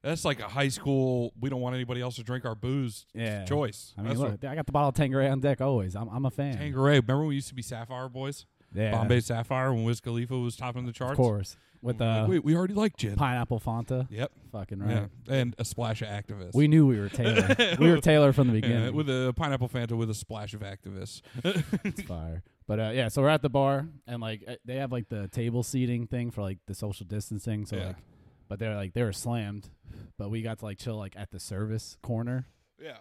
that's like a high school. We don't want anybody else to drink our booze. Yeah. choice. i mean That's look what- i got the bottle of tangeray on deck always i'm, I'm a fan Tangeray. Remember when we used to be Sapphire boys? yeah Bombay Sapphire when Wiz Khalifa was topping the charts. of course with Like, uh, wait, we already like gin. pineapple fanta Yep. fucking right Yeah, and a splash of activist. we knew we were taylor we were taylor from the beginning yeah, with a pineapple Fanta with a splash of activist. fire. But uh, yeah, so we're at the bar and like uh, they have like the table seating thing for like the social distancing. So Yeah. like, but they're like they were slammed, but we got to like chill like at the service corner. yeah,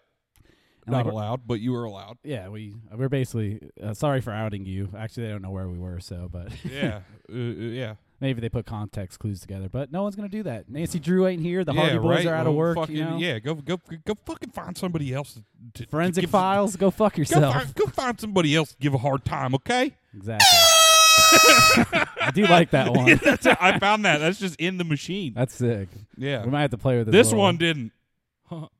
And, not like, we're- allowed, but you were allowed. Yeah, we uh, we're basically uh, sorry for outing you. Actually, they don't know where we were, so but Yeah, uh, uh, yeah. Maybe they put context clues together, but no one's gonna do that. Nancy Drew ain't here. The yeah, Hardy Boys right? are out of Well, work. Fucking, you know? Yeah, go go go fucking find somebody else to, to- to Forensic give- files, go fuck Go yourself. find, go find somebody else to give a hard time, okay? Exactly. I do like that one. That's it. I found that. That's just in the machine. That's sick. Yeah. We might have to play with this. This little- one didn't.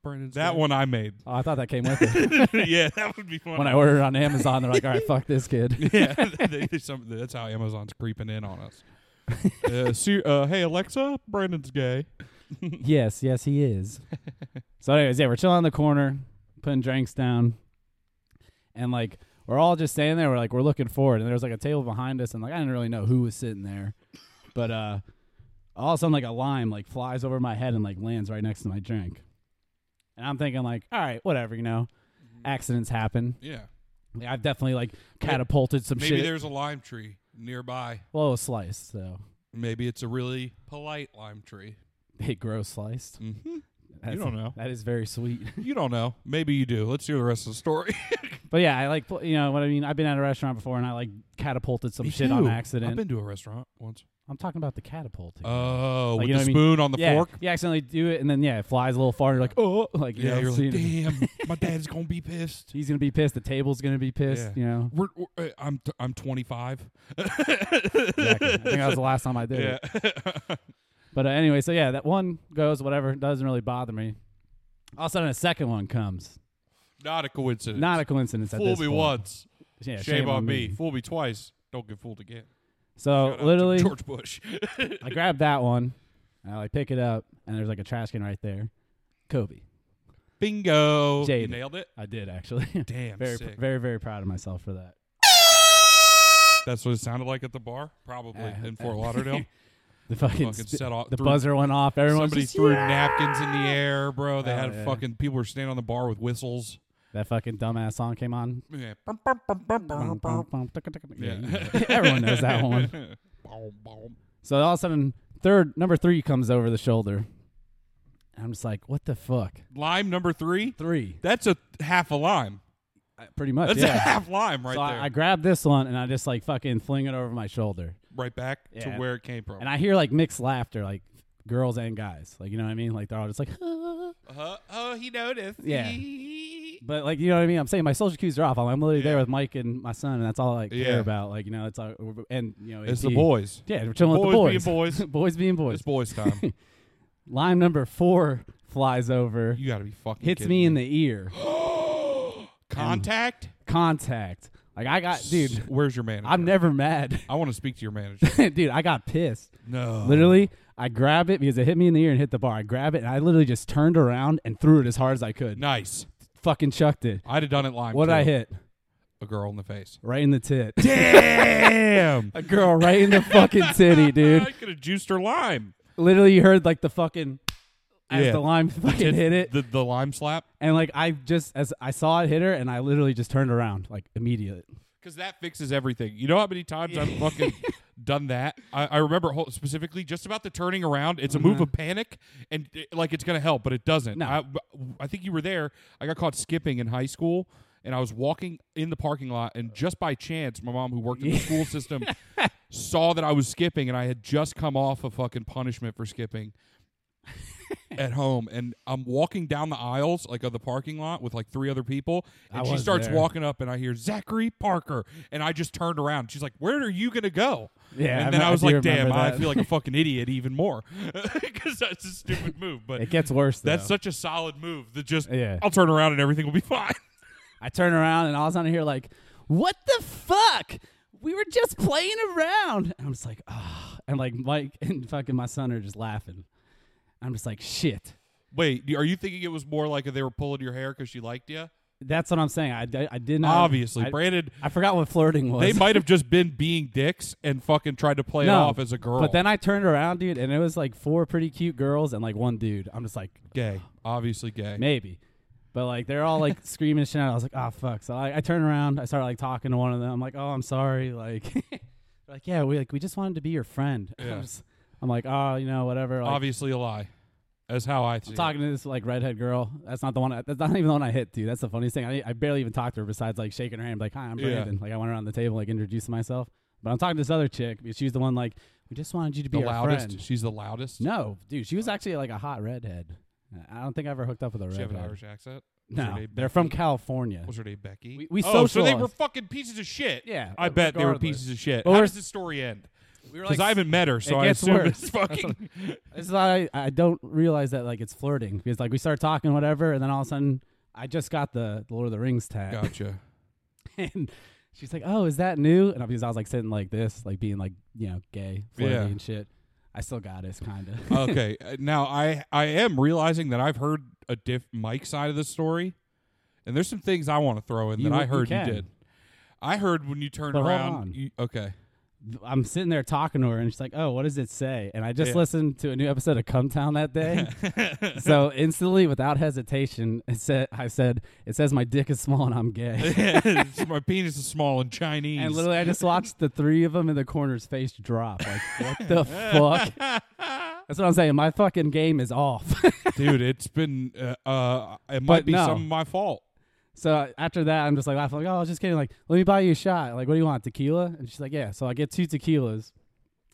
Brandon's That one I made. Oh, I thought that came with it. yeah, that would be funny. when I ordered it on Amazon, they're like, "All right, fuck this kid." yeah, they- they- some- that's how Amazon's creeping in on us. Uh, Sir- uh, hey Alexa, Brandon's gay. yes, yes, he is. so, anyways, yeah, we're chilling in the corner, putting drinks down, and like we're all just standing there. We're like we're looking forward, and there's like a table behind us, and like I didn't really know who was sitting there, but uh, all of a sudden like a lime like flies over my head and like lands right next to my drink, and I'm thinking like, all right, whatever, you know, accidents happen. Yeah, Like, I've definitely like catapulted some maybe shit. there's a lime tree nearby. well, it was sliced, so Maybe it's a really polite lime tree. it grows sliced. Mhm. That's, don't know. That is very sweet. You don't know. Maybe you do. Let's hear the rest of the story. But yeah, I like pl- you know what I mean. I've been at a restaurant before and I like catapulted some Me shit on too. accident. I've been to a restaurant once. I'm talking about the catapulting. Oh, Like, with you know what the I mean? spoon on the yeah, fork. you accidentally do it and then yeah, it flies a little far. And you're like, oh, like you Yeah, know, you're seeing like, it. damn, my dad's gonna be pissed. he's gonna be pissed. The table's gonna be pissed. Yeah. You know, We're, we're, uh, I'm t- I'm 25. exactly. I think that was the last time I did Yeah, it. But uh, anyway, so yeah, that one goes whatever doesn't really bother me. All of a sudden, a second one comes. not a coincidence. Not a coincidence. at fool this me point. once, Yeah, shame, on me. Fool me twice, don't get fooled again. So Shout out to Oh, literally, George Bush. I grabbed that one and I like pick it up and there's like a trash can right there. Kobe. Bingo, you Jaded. nailed it. I did actually. Damn, very, sick. very, very proud of myself for that. That's what it sounded like at the bar, probably Uh, in Fort Lauderdale. The fucking, Fucking sp- set off- the threw- buzzer went off. Everyone Somebody just threw yeah! napkins in the air, bro. They Oh, had yeah. fucking people were standing on the bar with whistles. That fucking dumbass song came on. Yeah. Bum, bum, bum, tuk, tuk, tuk. Yeah, Yeah. you know it. everyone knows that one. Boom, boom. So all of a sudden, third number three comes over the shoulder. And I'm just like, what the fuck? Lime number three. Three, That's a half a lime. I- pretty much. That's yeah. a half lime right so there. I, I grab this one and I just like fucking fling it over my shoulder. right back Yeah. to where it came from. And I hear like mixed laughter, like girls and guys. Like, you know what I mean? Like, they're all just like, "Ah." uh, oh, he noticed. Yeah. He- but like, you know what I mean? I'm saying my social cues are off. I'm, I'm literally there Yeah. with Mike and my son, and that's all I care Yeah. about. Like, you know, it's all, and, you know, It's AP. the boys. Yeah, we're chilling with Boys the being boys. boys. boys being boys. It's boys time. Line number four flies over, you got to be fucking. hits kidding me in the ear. Contact, Contact. Like, I got, dude, Where's your manager? I'm never mad. I want to speak to your manager. dude, I got pissed. no. Literally, I grab it because it hit me in the ear and hit the bar. I grab it and I literally just turned around and threw it as hard as I could. Nice. Fucking chucked it. I'd have done it lime. What too. would I hit? A girl in the face. Right in the tit. Damn. a girl right in the fucking titty, I dude. could have juiced her lime. Literally, you heard like the fucking as Yeah. the lime fucking hit it, The, the lime slap. and like I just as I saw it hit her, and I literally just turned around like immediately. Because that fixes everything. You know how many times I've fucking done that? I, I remember whole, specifically just about the turning around. It's a move of panic, and it- like it's going to help, but it doesn't. Mm-hmm. No. I, I think you were there. I got caught skipping in high school, and I was walking in the parking lot, and just by chance, my mom, who worked in the school system, saw that I was skipping, and I had just come off a fucking punishment for skipping. at home and I'm walking down the aisles like of the parking lot with like three other people I and she was starts there. walking up and I hear Zachary Parker and I just turned around. She's like, "Where are you gonna go?" Yeah, and I then me- I, I was do like, remember "Damn, I that. feel like a fucking idiot even more because that's a stupid move." But It gets worse. Though. that's such a solid move that just Yeah. I'll turn around and everything will be fine. I turn around and all of a sudden I hear like, "What the fuck? We were just playing around." And I'm just like, ah, and like Mike and fucking my son are just laughing. I'm just like, shit. Wait, are you thinking it was more like they were pulling your hair because she liked you? That's what I'm saying. I, I, I did not Obviously, I, Brandon. I forgot what flirting was. They might have just been being dicks and fucking tried to play it off as a girl. But then I turned around, dude, and it was like four pretty cute girls and like one dude. I'm just like, gay, obviously gay. maybe. But like they're all like screaming and shit. I was like, oh fuck. So I, I turn around, I start like talking to one of them. I'm like, oh, I'm sorry. Like, they're like yeah, we like we just wanted to be your friend. Yeah. I'm, just- I'm like, oh, you know, whatever. Like, obviously a lie. That's how I see. I'm it. talking to this like redhead girl. That's not the one. I, that's not even the one I hit, dude. That's the funniest thing. I, I barely even talked to her besides like shaking her hand, like hi, I'm Yeah. Brandon. Like I went around the table, like introducing myself. But I'm talking to this other chick because she's the one like We just wanted you to be The our loudest. friend. She's the loudest. No, dude, she was actually like a hot redhead. I don't think I ever hooked up with a Does she have an redhead. Irish accent? Was her No, name they're Becky? from California. Was her name Becky? We- we oh, so they socialized. were fucking pieces of shit. Yeah, I bet they were regardless. pieces of shit. But How we're- does this story end? We were Because I haven't met her, so it I gets assume worse. it's fucking. This is why I, I don't realize that like it's flirting because like we start talking whatever, and then all of a sudden I just got the, the Lord of the Rings tag, gotcha. and she's like, "Oh, is that new?" And I- because I was like sitting like this, like being like you know gay, flirty Yeah. and shit. I still got it, kind of. okay, uh, now I I am realizing that I've heard a diff Mike side of the story, and there's some things I want to throw in You- that I you heard you, can. did. I heard when you turned But hold around. on. You, okay, I'm sitting there talking to her, and she's like, "Oh, what does it say?" And I just Yeah. listened to a new episode of Cumtown that day, so instantly, without hesitation, it said, "I said it says my dick is small and I'm gay." my penis is small and Chinese. And literally, I just watched the three of them in the corner's face drop. Like, what the fuck? That's what I'm saying. My fucking game is off. dude, it's been uh, uh it might But be no. some of my fault. so after that, I'm just like laughing. Like, oh, I was just kidding. Like, let me buy you a shot. Like, what do you want? Tequila? And she's like, yeah. So I get two tequilas.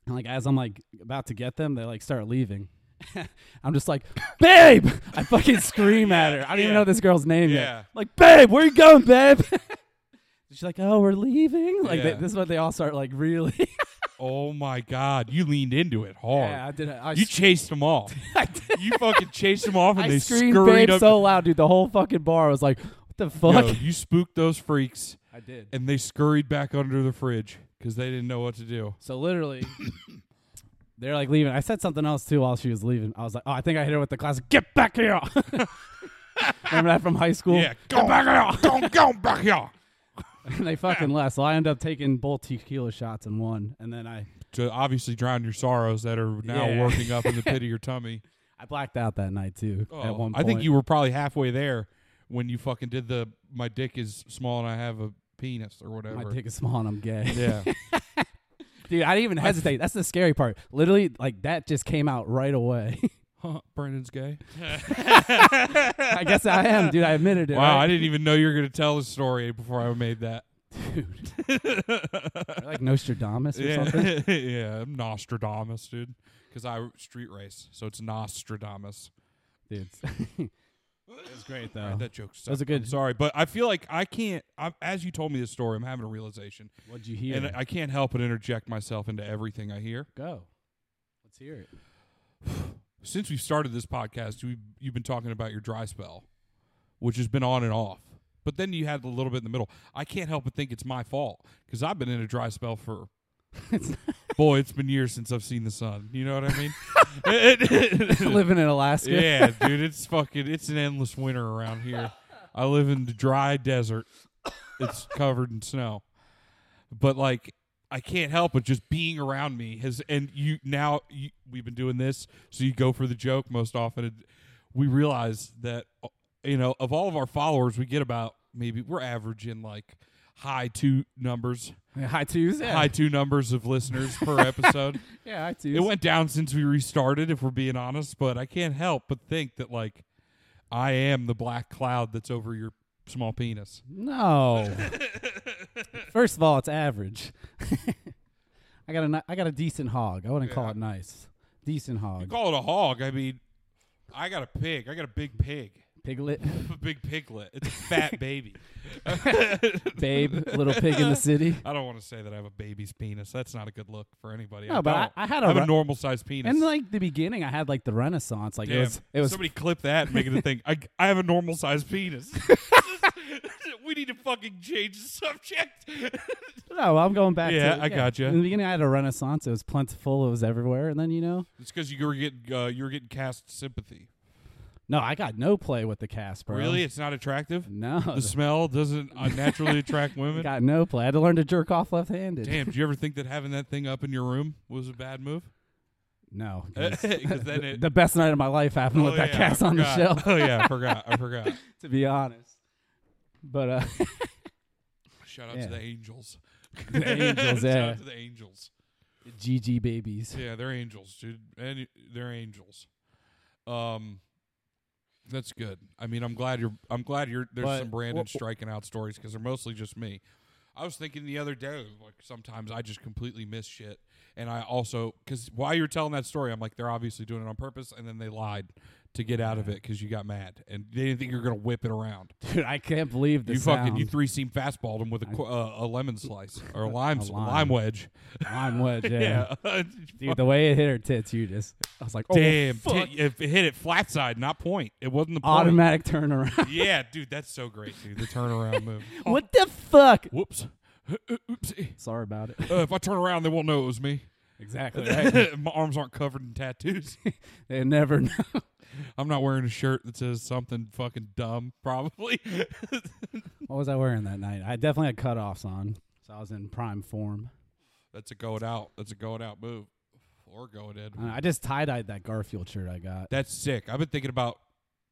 And like, as I'm like about to get them, they like start leaving. I'm just like, babe! I fucking scream at her. I don't even yeah. know this girl's name Yeah. yet. Like, babe, where you going, babe? She's like, oh, we're leaving. Like, Yeah. they, this is what they all start like really. Oh my god, you leaned into it hard. yeah, I did. I you chased them off. you fucking chased them off, and I they screamed scurried babe up. so loud, dude. The whole fucking bar was like, "What the Yo, fuck?" you spooked those freaks, I did. and they scurried back under the fridge because they didn't know what to do. So literally, they're like leaving. I said something else too while she was leaving. I was like, "Oh, I think I hit her with the classic, get back here." Remember that from high school? Yeah, go back here, go, go back here. And they fucking left. So I ended up taking both tequila shots in one, and then I To obviously drown your sorrows that are now Yeah. working up in the pit of your tummy. I blacked out that night too. Oh, at one I point, think you were probably halfway there when you fucking did the "my dick is small and I have a penis" or whatever. My dick is small and I'm gay, yeah. dude. I didn't even hesitate. That's the scary part. Literally, like that just came out right away. Huh, Brandon's gay. I guess I am, dude. I admitted it. Wow, right? I didn't even know you were going to tell the story before I made that. like Nostradamus or something. Yeah, yeah, I'm Nostradamus, dude. Because I street race, so it's Nostradamus. dude. it was great though. Alright, that joke. Sucked. was a good- I'm sorry, but I feel like I can't. I, as you told me this story, I'm having a realization, What'd you hear? and I can't help but interject myself into everything I hear. Go. Let's hear it. Since we've started this podcast, you you've been talking about your dry spell, which has been on and off. But then you had a little bit in the middle. I can't help but think it's my fault because I've been in a dry spell for. Boy, it's been years since I've seen the sun. You know what I mean? Living in Alaska. yeah, dude, it's fucking it's an endless winter around here. I live in the dry desert. It's covered in snow. But like I can't help but just being around me has and you now you, we've been doing this so you go for the joke most often and we realize that you know of all of our followers we get about maybe we're averaging like high two numbers Yeah, High twos. Yeah. high two numbers of listeners per episode yeah, high twos. it went down since we restarted, if we're being honest, but I can't help but think that, like, I am the black cloud that's over your small penis. Mm-hmm. no. First of all, it's average. I got a ni- I got a decent hog. I wouldn't call it nice. Decent You hog. call it a hog. I mean, I got a pig. I got a big pig. Piglet, A big piglet. It's a fat baby. babe, little pig in the city. I don't want to say that I have a baby's penis. That's not a good look for anybody. I No, but I- don't. I had a have a ru- normal sized penis. And like the beginning, I had like the Renaissance. Like Damn. it was, it was Somebody clip that and make it a thing. I, I have a normal sized penis. we need to fucking change the subject. No, I'm going back. Yeah, to, I gotcha. In the beginning, I had a renaissance. It was plentiful. It was everywhere, and then you know, It's because you were getting uh, you were getting cast sympathy. no, I got no play with the cast, bro. Really, it's not attractive. No, The smell doesn't uh, naturally attract women. got no play. I had to learn to jerk off left-handed. Damn, do you ever think that having that thing up in your room was a bad move? No, 'cause Because then the, it. the best night of my life happened oh, with that yeah, I cast on the forgot. shelf. Oh yeah, I forgot. I forgot. To be honest, but uh, Shout out Yeah. to the angels. The Angels, Shout yeah. out to the angels. GG babies. Yeah, they're angels, dude. And they're angels. Um, that's good. I mean, I'm glad you're. I'm glad you're. There's But- some Brandon well- striking out stories because they're mostly just me. I was thinking the other day, like sometimes I just completely miss shit, and I also because while you're telling that story, I'm like they're obviously doing it on purpose, and then they lied to get out of it because you got mad and they didn't think you were gonna whip it around. Dude, I can't believe the you fucking you sound. three seam fastballed him with a, qu- uh, a lemon slice or a lime s- lime. lime wedge. Lime wedge. Yeah. yeah. Dude, the way it hit her tits, you just I was like, oh, Damn, fuck. T- if it hit it flat side, not point. It wasn't the point. automatic turnaround. Yeah, dude, that's so great, dude. The turnaround move. Oh, what the fuck? Whoops. Uh, Oopsie. Sorry about it. Uh, if I turn around, they won't know it was me. Exactly. My arms aren't covered in tattoos. they never know. I'm not wearing a shirt that says something fucking dumb, probably. What was I wearing that night? I definitely had cutoffs on, so I was in prime form. that's a going out. That's a going out move. Or going in. Uh, I, I just tie dyed that Garfield shirt I got. That's sick. I've been thinking about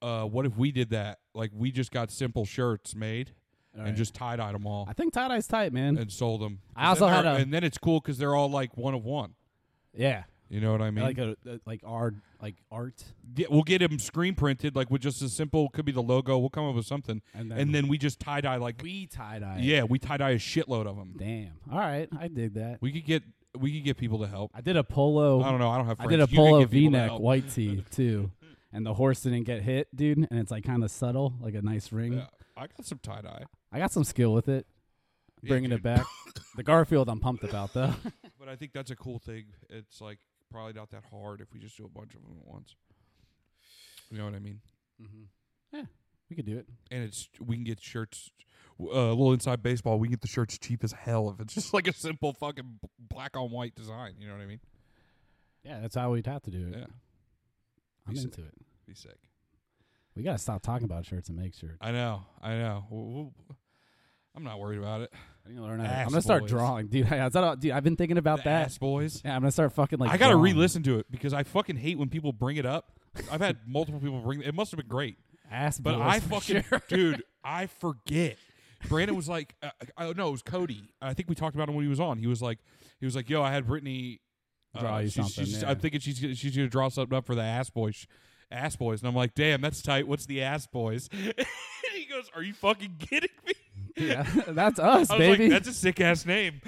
uh, what if we did that? Like, we just got simple shirts made All and right. just tie dyed them all I think tie dye's tight, man. and sold them. I also had a- And then it's cool because they're all like one of one. yeah, You know what I mean? like a, a like art, like art. Yeah, we'll get them screen printed, like with just a simple, could be the logo. We'll come up with something, And and then- then, we just tie dye like, We tie dye. yeah, we tie dye a shitload of them. Damn. All right, I dig that. We could get we could get people to help. I did a polo. I don't know. I don't have. I Friends. did a You could polo get people to V-neck help. white tee too, and the horse didn't get hit, dude. And it's like kind of subtle, like a nice ring. Yeah, I got some tie dye, I got some skill with it, Yeah, bringing it dude. back. the Garfield, I'm pumped about though. but I think that's a cool thing. It's like probably not that hard if we just do a bunch of them at once. You know what I mean? Mm-hmm. Yeah, we could do it. And it's we can get shirts. Uh, a little inside baseball. We can get the shirts cheap as hell if it's just like a simple fucking b- black on white design. You know what I mean? Yeah, that's how we'd have to do it. Yeah, I'm Be sick. into it. be sick. We gotta stop talking about shirts and make shirts. I know, I know. W- w- I'm not worried about it. I think I'll learn how to- I'm Ass gonna start boys. drawing, dude. I, I thought- dude. I've been thinking about The that. ass boys. Yeah, I'm gonna start fucking like. I gotta drawing. re-listen to it because I fucking hate when people bring it up. I've had multiple people bring. It must have been great, ass, but boys I for fucking sure. dude, I forget. Brandon was like, uh, uh, no, it was Cody. I think we talked about him when he was on. He was like, he was like, yo, I had Brittany. uh, Draw you she's- something, she's- yeah. I'm thinking she's gonna- she's gonna draw something up for the ass boys, ass boys, and I'm like, damn, that's tight. What's the ass boys? he goes, are you fucking kidding me? yeah, that's us, I was baby. like, that's a sick ass name.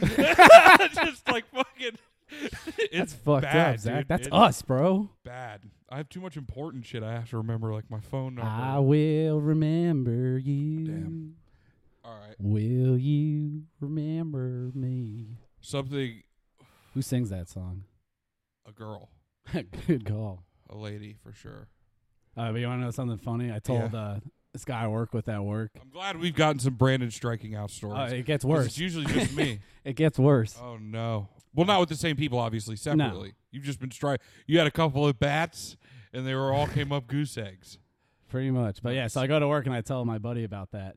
Just like fucking. That's It's fucked bad, up, Zach. dude. That's It's us, bro. Bad. I have too much important shit. I have to remember like my phone number. I will remember you. Damn. All right. Will you remember me? Something. Who sings that song? A girl. Good call. A lady for sure. Uh, but you want to know something funny? I told uh, this guy I work with at work. I'm glad we've gotten some Brandon striking out stories. Uh, it gets 'Cause worse. It's usually just me. it gets worse. oh no. Well, not with the same people, obviously. Separately, you've just been stri You had a couple of bats, and they were all came up goose eggs. Pretty much. But yeah, so I go to work and I tell my buddy about that.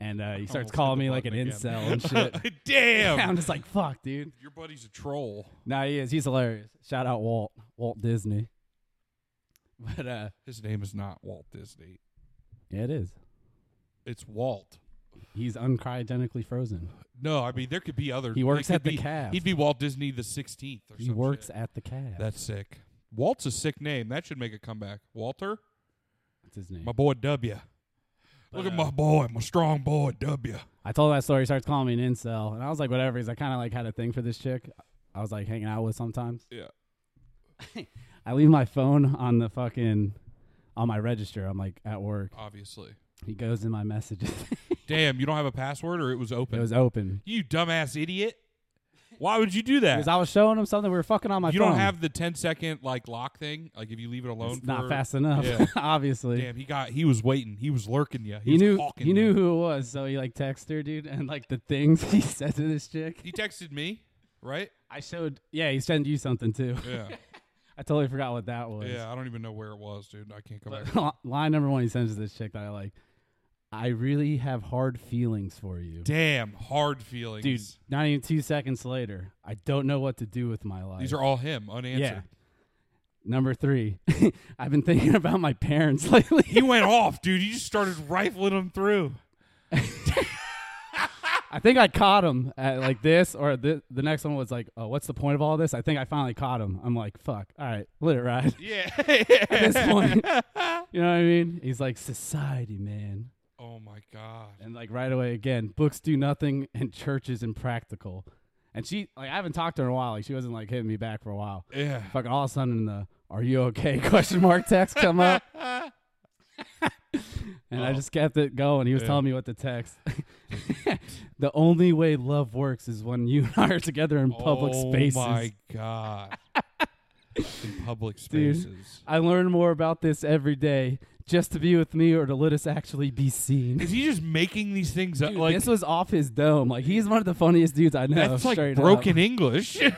And uh, he starts Almost hit calling the me like an button again. incel and shit. I'm Damn. just like, fuck, dude. Your buddy's a troll. Nah, he is. He's hilarious. Shout out Walt, Walt Disney. But uh, His name is not Walt Disney. yeah, it is. It's Walt. He's uncryogenically frozen. No, I mean there could be other. He works it could at the be- Cavs. He'd be Walt Disney the sixteenth. or He some works shit. at the cab. That's sick. Walt's a sick name. That should make a comeback. Walter, That's his name. my boy W. Look uh, at my boy, my strong boy W. I told that story. He starts calling me an incel, and I was like, whatever. Because I kind of like had a thing for this chick. I was like hanging out with sometimes. Yeah. I leave my phone on the fucking on my register. I'm like at work. Obviously. He goes in my messages. Damn, you don't have a password or it was it open. was open you dumbass idiot. Why would you do that? because I was showing him something. We were fucking on my you phone. don't have the 10 second like lock thing. Like if you leave it alone, It's not for- fast enough. Yeah. obviously, Damn, he got. He was waiting. He was lurking you. He, he was knew hawking he knew you. who it was. So he like texted her, dude, and like the things he said to this chick. He texted me, right? I showed. Yeah, he sent you something too. Yeah, I totally forgot what that was. yeah. I don't even know where it was, dude. I can't go back. But line number one he sends to this chick that I like. I really have hard feelings for you, Damn, hard feelings. dude. Not even two seconds later, I don't know what to do with my life. These are all him, unanswered. yeah. Number three, I've been thinking about my parents lately. He went off, dude. You just started rifling them through. I think I caught him at like this, or the the next one was like, "Oh, what's the point of all this?" I think I finally caught him. I'm like, "Fuck, all right, let it ride." Yeah. At this point, you know what I mean? He's like, "Society, man." Oh my god. And like right away again, books do nothing and church is impractical. And she like I haven't talked to her in a while. Like she wasn't like hitting me back for a while. Yeah. Fucking all of a sudden the are you okay question mark text come up. and Oh. I just kept it going. He was telling me what the text. the only way love works is when you and I are together in public oh spaces. my god. In public Dude. spaces. I learn more about this every day. Just to be with me or to let us actually be seen. Is he just making these things up? Dude, Like this was off his dome. Like he's one of the funniest dudes I know. that's like straight broken up. English. Dude,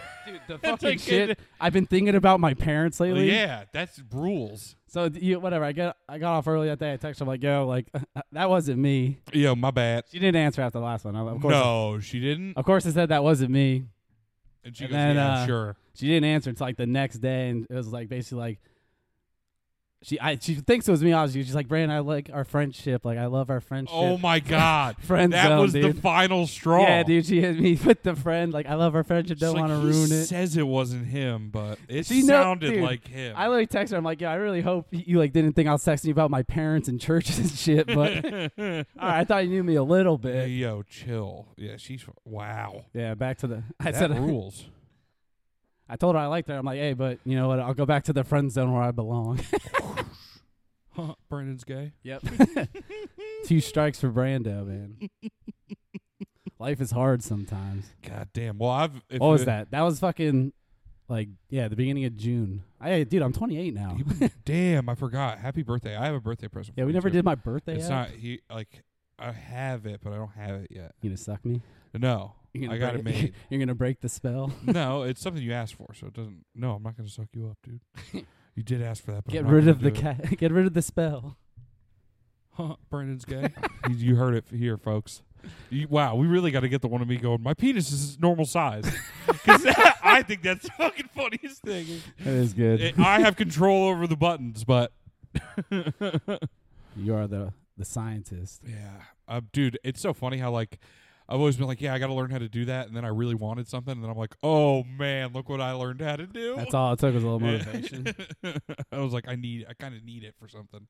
the That's fucking like shit. good- I've been thinking about my parents lately. yeah, that's rules. So d- you, whatever. I got I got off early that day. I texted her like, "Yo, like that wasn't me." Yo, my bad. She didn't answer after the last one. I- Of course, No, she didn't. of course, I said that wasn't me. And she and goes, then, yeah, uh, sure. She didn't answer. It's like the next day, and it was like basically like she I she thinks it was me. Obviously, she's like, "Brandon, I like our friendship. Like I love our friendship." Oh my god, Friend that zone, was the dude. final straw. yeah, dude. She hit me with the friend. Like I love our friendship. She's Don't like, want to he ruin it. Says it wasn't him, but it She know- sounded dude, like him. I literally texted her. I'm like, "Yo, I really hope you like didn't think I was texting you about my parents and churches and shit, but." All right, I thought you knew me a little Hey, bit. yo, chill. Yeah, she's wow. Yeah, back to the. I that said rules. I told her I liked her. I'm like, hey, but you know what? I'll go back to the friend zone where I belong. Huh, Brandon's gay. Yep. Two strikes for Brando, man. Life is hard sometimes. God damn. Well, I've. If what was it- that? That was fucking like yeah, the beginning of June. I dude, I'm 28 now. You've been- damn, I forgot. Happy birthday. I have a birthday present. yeah, for we you, never too. did my birthday. It's ad. not he like I have it, but I don't have it yet. You gonna suck me? No, You gonna I got it break- made. You're gonna break the spell. no, it's something you asked for, so it doesn't. No, I'm not going to suck you up, dude. You did ask for that, but Get I'm not rid gonna of the do it. cat. Get rid of the spell. Huh, Brandon's gay. you, you heard it here, folks. You, wow, we really got to get the one of me going. My penis is normal size. 'Cause I think that's the fucking funniest thing. That is good. It- I have control over the buttons, but you are the the scientist. yeah, uh, dude, it's so funny how like I've always been like, yeah, I got to learn how to do that, and then I really wanted something, and then I'm like, oh man, look what I learned how to do. That's all it took was a little motivation. I was like, I need, I kind of need it for something.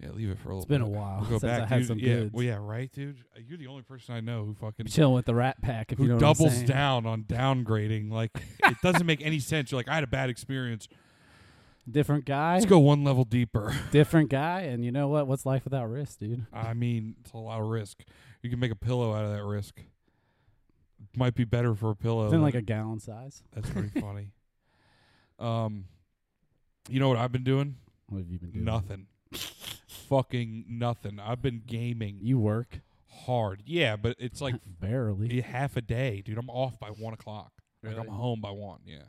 Yeah, leave it for a little. It's been a bit. while We'll go since I back. had dude. some yeah, goods. well, yeah, right, dude. Uh, You're the only person I know who fucking Chilling with the Rat Pack. If who you know what I'm doubles saying. down on downgrading. Like it doesn't make any sense. You're like, I had a bad experience. Different guy. Let's go one level deeper. different guy and you know what what's life without risk dude I mean, it's a lot of risk. You can make a pillow out of that risk. Might be better for a pillow. it's in than- like a gallon size that's pretty funny. Um, you know what I've been doing? what have you been doing Nothing. Fucking nothing. I've been gaming you work hard. Yeah, but it's like barely yeah, half a day, dude. I'm off by one o'clock. Like Really? I'm home by one. Yeah.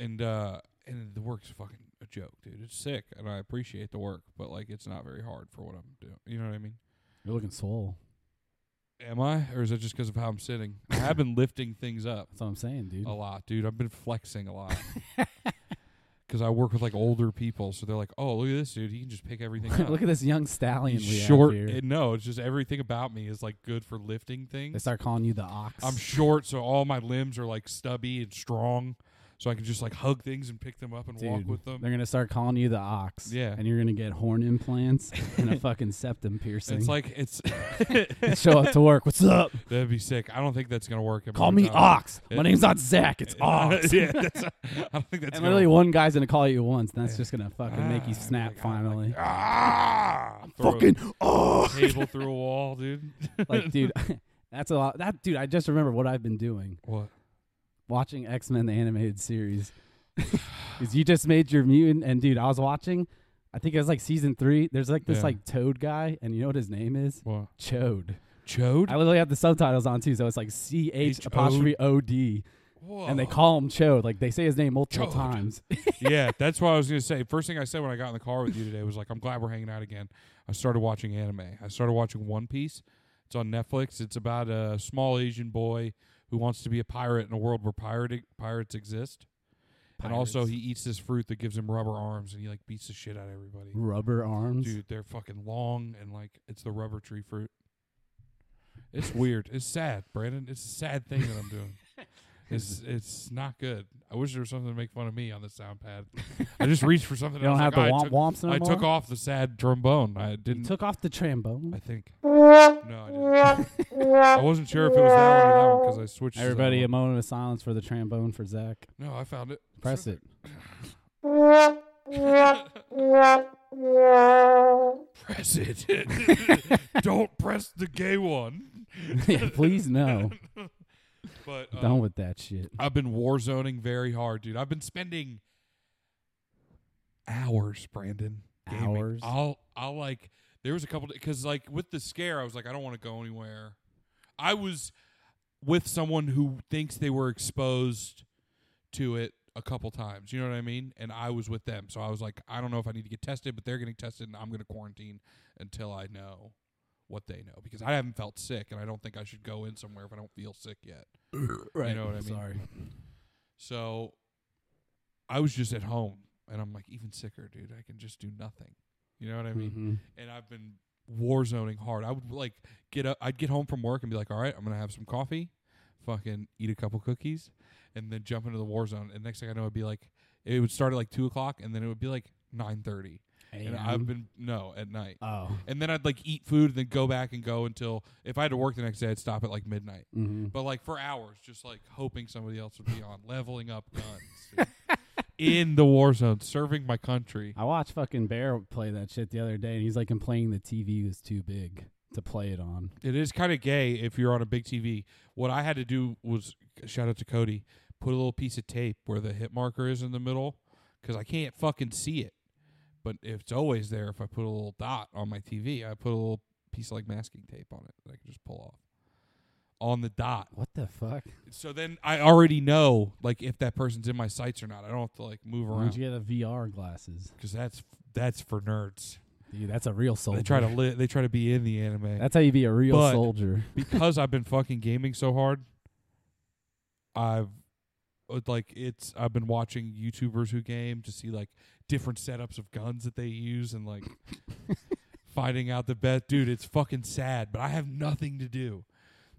And uh, and the work's fucking a joke, dude. It's sick, and I appreciate the work, but like it's not very hard for what I'm doing. You know what I mean? you're looking swole Am I, or is it just because of how I'm sitting? I've been lifting things up that's what i'm saying dude a lot, dude. I've been flexing a lot. Because I work with like older people, so they're like, "Oh, look at this dude! He can just pick everything up." look at this young stallion we He's have short. here. and no, it's just everything about me is like good for lifting they things. start calling you the ox I'm short, so all my limbs are like stubby and strong, so I can just like hug things and pick them up and dude walk with them. they're gonna start calling you the ox Yeah. and you're gonna get horn implants and a fucking septum piercing It's like it's show up to work what's up that'd be sick. I don't think that's gonna work. in call my me job. ox my It- name's not zach it's ox Oh, yeah, that's, I don't think and that's gonna literally work. one guy's gonna call you once and that's just gonna fucking make Ah, you snap like, I'm like, finally Ah, Throw a fucking ox table through a wall, dude. like dude that's a lot that dude i just remember what i've been doing What? watching x-men the animated series is you just made your mutant and dude i was watching i think it was like season three there's like this Yeah. like toad guy and you know what his name is What? chode Chode? i literally have the subtitles on too so it's like H c-h O- apostrophe o-d and they call him chode like they say his name multiple Oh. Chode. times yeah, that's what I was gonna say. First thing I said when I got in the car with you today was like, "I'm glad we're hanging out again." I started watching anime. I started watching One Piece. It's on Netflix. It's about a small Asian boy who wants to be a pirate in a world where pirate pirates exist. And also, Pirates. he eats this fruit that gives him rubber arms, and he like beats the shit out of everybody. rubber arms Dude, they're fucking long, and like it's the rubber tree fruit. It's weird. It's sad, Brandon. It's a sad thing that I'm doing. It's it's not good. I wish there was something to make fun of me on the sound pad. I just reached for something. You don't and I have was the like, womp "Oh, womps I anymore. took, I took off the sad trombone. I You didn't. took off the trombone. I think. No, I didn't. I wasn't sure if it was that one or that one because I switched. to that Everybody, a one. moment of silence for the trombone for Zach. no, I found it. Press it. Press it. Don't press the gay one. yeah, please no. But uh, Done with that shit. I've been warzoning very hard, dude. I've been spending hours, Brandon. gaming. Hours? I'll I'll like there was a couple because like with the scare, I was like, I don't want to go anywhere. I was with someone who thinks they were exposed to it a couple times. You know what I mean? And I was with them, so I was like, I don't know if I need to get tested, but they're getting tested, and I'm going to quarantine until I know what they know because I haven't felt sick, and I don't think I should go in somewhere if I don't feel sick yet. Right. know what I mean? Sorry. So I was just at home and I'm like, even sicker, dude. I can just do nothing. You know what I mean? Mhm. And I've been war zoning hard. I would like get up I'd get home from work and be like, All right, I'm gonna have some coffee, fucking eat a couple cookies, and then jump into the war zone. And next thing I know it'd be like it would start at like two o'clock and then it would be like nine thirty. And AM? I've been no, at night. Mm-hmm. Oh. And then I'd like eat food and then go back and go until if I had to work the next day I'd stop at like midnight Mm-hmm. but like for hours, just like hoping somebody else would be on, leveling up guns dude. in the war zone, serving my country. I watched fucking Bear play that shit the other day, and he's like complaining the TV was too big to play it on. It is kind of gay if you're on a big TV. What I had to do was shout out to Cody, put a little piece of tape where the hit marker is in the middle, because I can't fucking see it. But if it's always there. If I put a little dot on my TV, I put a little piece of like masking tape on it that I can just pull off on the dot. What the fuck? So then I already know like if that person's in my sights or not. I don't have to like move Why around. don't you get a VR glasses? because that's that's for nerds. Dude, that's a real soldier. They try to li- they try to be in the anime. That's how you be a real But- soldier. because I've been fucking gaming so hard, I've uh, like it's I've been watching YouTubers who game to see like different setups of guns that they use and like finding out the best. Dude, it's fucking sad, but I have nothing to do.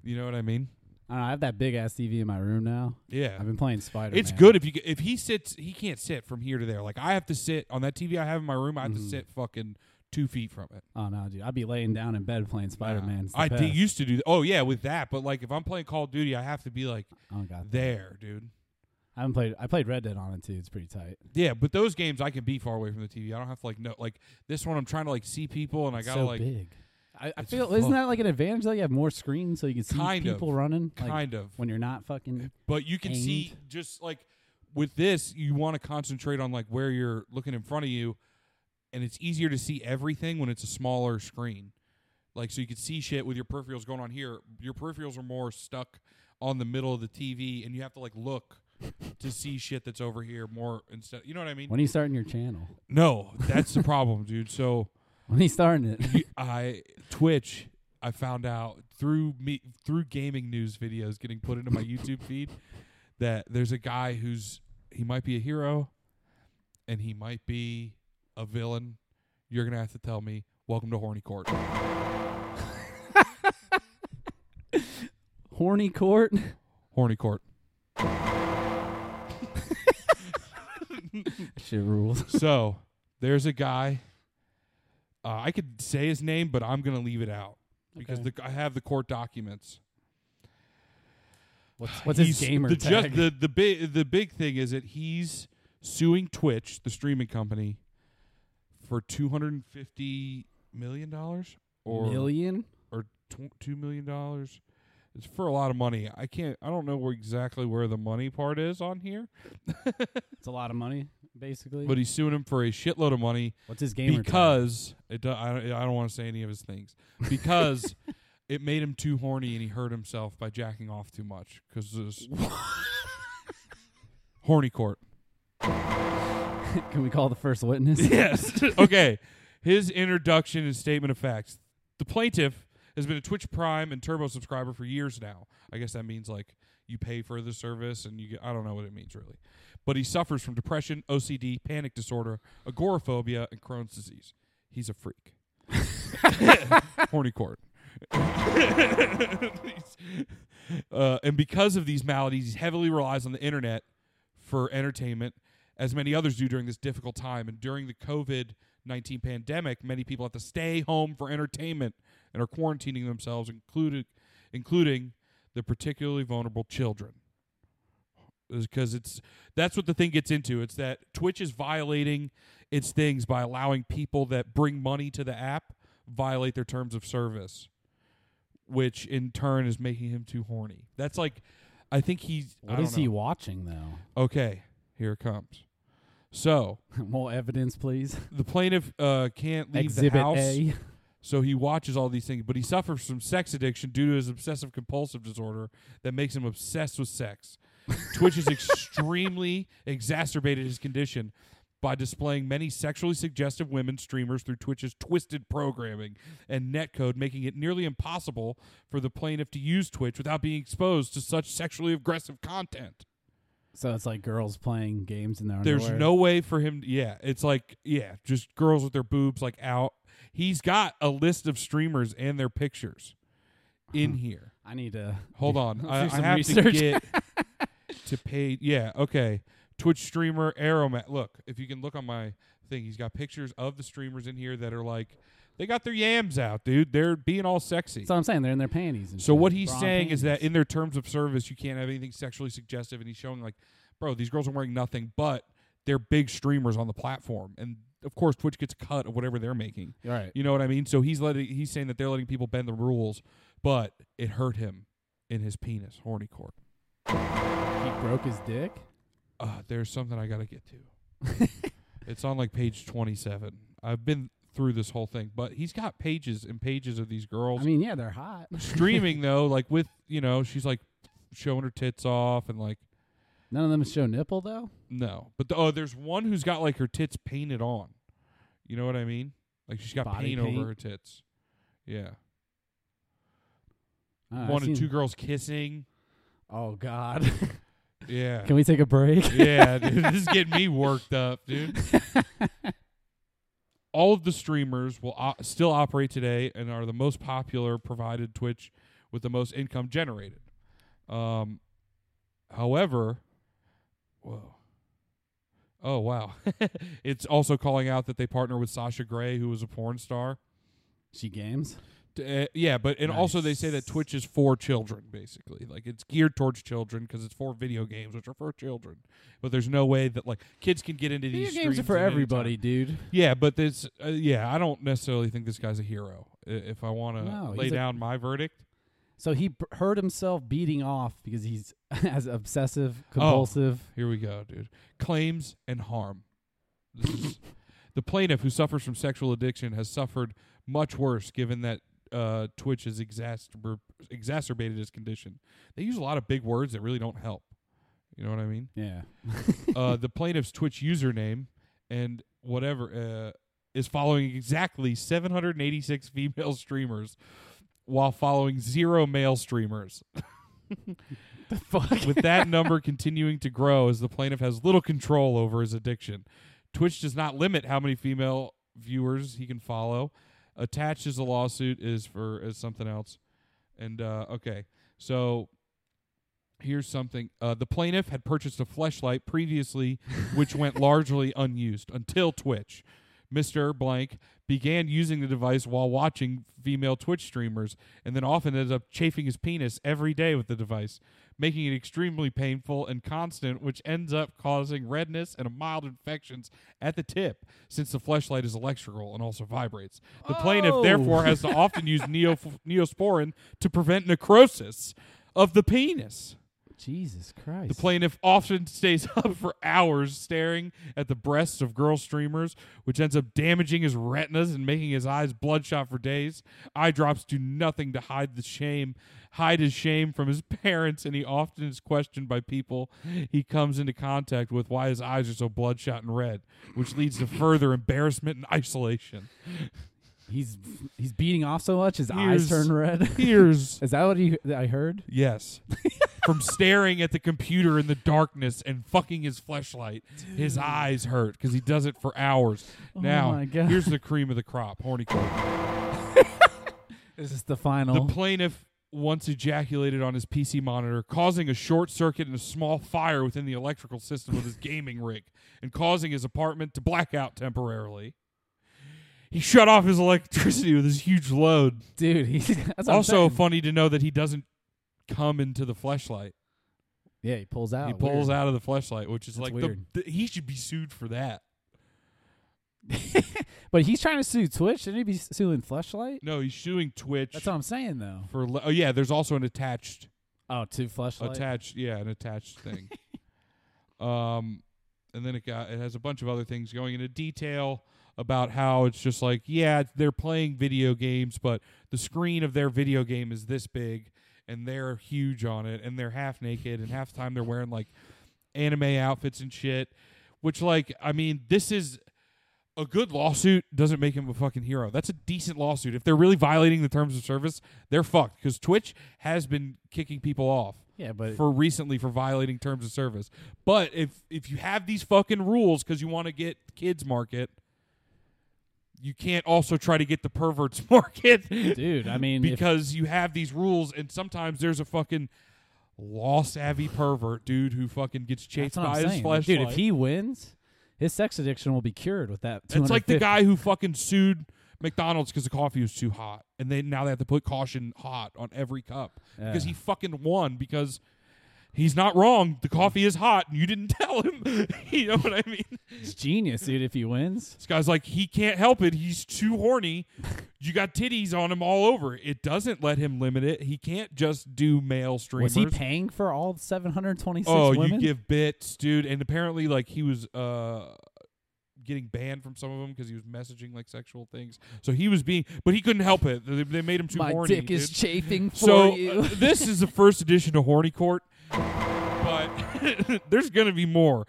You know what I mean? I, don't know, I have that big ass TV in my room now. Yeah. I've been playing Spider. It's good if you ca- if he sits he can't sit from here to there. Like I have to sit on that TV I have in my room. I have to Mhm. sit fucking two feet from it. Oh no, dude! I'd be laying down in bed playing Spider Man. I did used to do. That. Oh yeah, with that. But like, if I'm playing Call of Duty, I have to be like Oh god, there, dude. I haven't played. I played Red Dead on it too. It's pretty tight. Yeah, but those games I can be far away from the TV. I don't have to like no like this one. I'm trying to like see people, and I It's gotta so like big. I, I It's feel fucked. isn't that like an advantage that you have more screens so you can see Kind of. people running like, kind of. when you're not fucking. But you can see just like with this, you want to concentrate on like where you're looking in front of you, and it's easier to see everything when it's a smaller screen. Like so, you can see shit with your peripherals going on here. Your peripherals are more stuck on the middle of the TV, and you have to like look to see shit that's over here more instead. You know what I mean? When are you starting your channel? No, that's the problem, dude. So When are you starting it? you- I Twitch. I found out through me through gaming news videos getting put into my YouTube feed that there's a guy who's he might be a hero and he might be a villain. You're gonna have to tell me. Welcome to Horny Court. Horny court. Horny Court. Shit rules. So there's a guy. Uh, I could say his name, but I'm gonna leave it out because Okay. the, I have the court documents. What's, what's his He's- gamer the, ju- tag? the the big the big thing is that he's suing Twitch, the streaming company, for two hundred and fifty million dollars or Million. or tw- two million dollars. It's for a lot of money. I can't. I don't know where exactly where the money part is on here, It's a lot of money, basically. but he's suing him for a shitload of money what's his gamer tag? because it. Do, I don't, I don't want to say any of his things because it made him too horny and he hurt himself by jacking off too much because this horny court. Can we call the first witness? Yes. okay. His introduction and statement of facts. The plaintiff has been a Twitch Prime and Turbo subscriber for years now. I guess that means like you pay for the service and you get, I don't know what it means really. But he suffers from depression, OCD, panic disorder, agoraphobia, and Crohn's disease. He's a freak. Horny court. He's- Uh, and because of these maladies, he heavily relies on the internet for entertainment, as many others do during this difficult time. And during the COVID 19 pandemic, many people have to stay home for entertainment and are quarantining themselves, including, including the particularly vulnerable children. Because it's that's what the thing gets into. It's that Twitch is violating its things by allowing people that bring money to the app violate their terms of service which in turn is making him too horny. That's like, I think he's. I What don't is he know. watching though? Okay, here it comes. So More evidence, please. the plaintiff uh, can't leave Exhibit the house, A. so he watches all these things. But he suffers from sex addiction due to his obsessive compulsive disorder that makes him obsessed with sex. Twitch has extremely exacerbated his condition by displaying many sexually suggestive women streamers through Twitch's twisted programming and netcode, making it nearly impossible for the plaintiff to use Twitch without being exposed to such sexually aggressive content. So it's like girls playing games in their There's underwear. no way for him. Yeah, it's like yeah, just girls with their boobs like out. He's got a list of streamers and their pictures in Hmm. here. I need to. Hold on, I, I some have to research. get to pay. Yeah, okay. Twitch streamer Aromat. Look, if you can look on my thing, he's got pictures of the streamers in here that are like they got their yams out, dude. They're being all sexy. That's what I'm saying. They're in their panties. And So shit. what he's Bra and saying is that panties. in their terms of service, you can't have anything sexually suggestive, and he's showing like, bro, these girls are wearing nothing, but they're big streamers on the platform, and of course Twitch gets a cut of whatever they're making. right. You know what I mean? So he's letting he's saying that they're letting people bend the rules, but it hurt him in his penis, horny court. He broke his dick. Uh, there's something I gotta get to. it's on like page 27. I've been through this whole thing, but he's got pages and pages of these girls. I mean, yeah, they're hot. streaming though, like with you know, she's like showing her tits off and like None of them show nipple though. no, but the, oh, there's one who's got like her tits painted on. You know what I mean? Like she's got Body paint, paint? over her tits. Yeah, Uh, I don't know, I've one and seen- two girls kissing. Oh God. Yeah, Can we take a break? yeah, dude, this is getting me worked up, dude. All of the streamers will o- still operate today and are the most popular, provided Twitch with the most income generated. Um, however, whoa, oh wow, it's also calling out that they partner with Sasha Grey, who was a porn star. She games. D- Uh, yeah, but and also they say Nice. that Twitch is for children, basically. Like it's geared towards children because it's for video games, which are for children. But there's no way that like kids can get into Video these games are streams for at any everybody, time. dude. Yeah, but this, uh, yeah, I don't necessarily think this guy's a hero. i- If I want to No, lay he's a- down my verdict, So he b- hurt himself beating off because he's as obsessive compulsive. here we go, dude. Claims and harm. This is the plaintiff who suffers from sexual addiction has suffered much worse, given that uh, Twitch has exacerb- exacerbated his condition. They use a lot of big words that really don't help. You know what I mean? Yeah. uh, the plaintiff's Twitch username and whatever uh, is following exactly 786 female streamers while following zero male streamers. The fuck. With that number continuing to grow as the plaintiff has little control over his addiction. Twitch does not limit how many female viewers he can follow. Attached as a lawsuit is for is something else. And uh, okay, so here's something. Uh, the plaintiff had purchased a fleshlight previously, which went largely unused until Twitch. Mr. Blank began using the device while watching female Twitch streamers and then often ended up chafing his penis every day with the device, making it extremely painful and constant, which ends up causing redness and mild infections at the tip since the fleshlight is electrical and also vibrates. The plaintiff Oh. therefore has to often use neo- neosporin to prevent necrosis of the penis. Jesus Christ. The plaintiff often stays up for hours staring at the breasts of girl streamers, which ends up damaging his retinas and making his eyes bloodshot for days. Eye drops do nothing to hide the shame, hide his shame from his parents, and he often is questioned by people he comes into contact with why his eyes are so bloodshot and red, which leads to further embarrassment and isolation. he's he's beating off so much his Here's- eyes turn red. Here's Is that what he, that I heard? Yes. From staring at the computer in the darkness and fucking his flashlight, his eyes hurt because he does it for hours. now, Oh my God. here's the cream of the crop, horny court. Is this the final? The plaintiff once ejaculated on his PC monitor, causing a short circuit and a small fire within the electrical system of his gaming rig and causing his apartment to black out temporarily. He shut off his electricity with his huge load. dude. He, that's what I'm also saying. funny to know that he doesn't come into the fleshlight. yeah, he pulls out. he pulls weird. out of the fleshlight, which is That's like weird. The, the, he should be sued for that. but he's trying to sue Twitch. Shouldn't he be suing Fleshlight? No, he's suing Twitch That's what I'm saying, though. for. le- oh yeah, there's also an attached Oh, two Fleshlight. attached yeah an attached thing um and then it got it has a bunch of other things going into detail about how it's just like yeah they're playing video games but the screen of their video game is this big and they're huge on it and they're half naked and half the time they're wearing like anime outfits and shit which like i mean this is a good lawsuit doesn't make him a fucking hero. That's a decent lawsuit. If they're really violating the terms of service, they're fucked because Twitch has been kicking people off yeah, but for recently for violating terms of service. But if if you have these fucking rules because you want to get kids market, you can't also try to get the perverts market dude, I mean, if, because you have these rules and sometimes there's a fucking law savvy pervert dude who fucking gets chased that's what by I'm his saying. Like, flashlight. dude, if he wins, his sex addiction will be cured with that. it's like 250. the guy who fucking sued McDonald's because the coffee was too hot, and then now they have to put caution hot on every cup because Yeah. he fucking won because. He's not wrong. The coffee is hot, and you didn't tell him. you know what I mean? It's genius, dude. If he wins, This guy's like, he can't help it. He's too horny. You got titties on him all over. It doesn't let him limit it. He can't just do male was streamers. he paying for all 726 oh, women? you give bits, dude. And apparently, like he was uh getting banned from some of them because he was messaging like sexual things. So he was being, but he couldn't help it. They, they made him too My horny. dick is dude. chafing for so you. uh, this is the first edition of Horny Court, but there's gonna be more.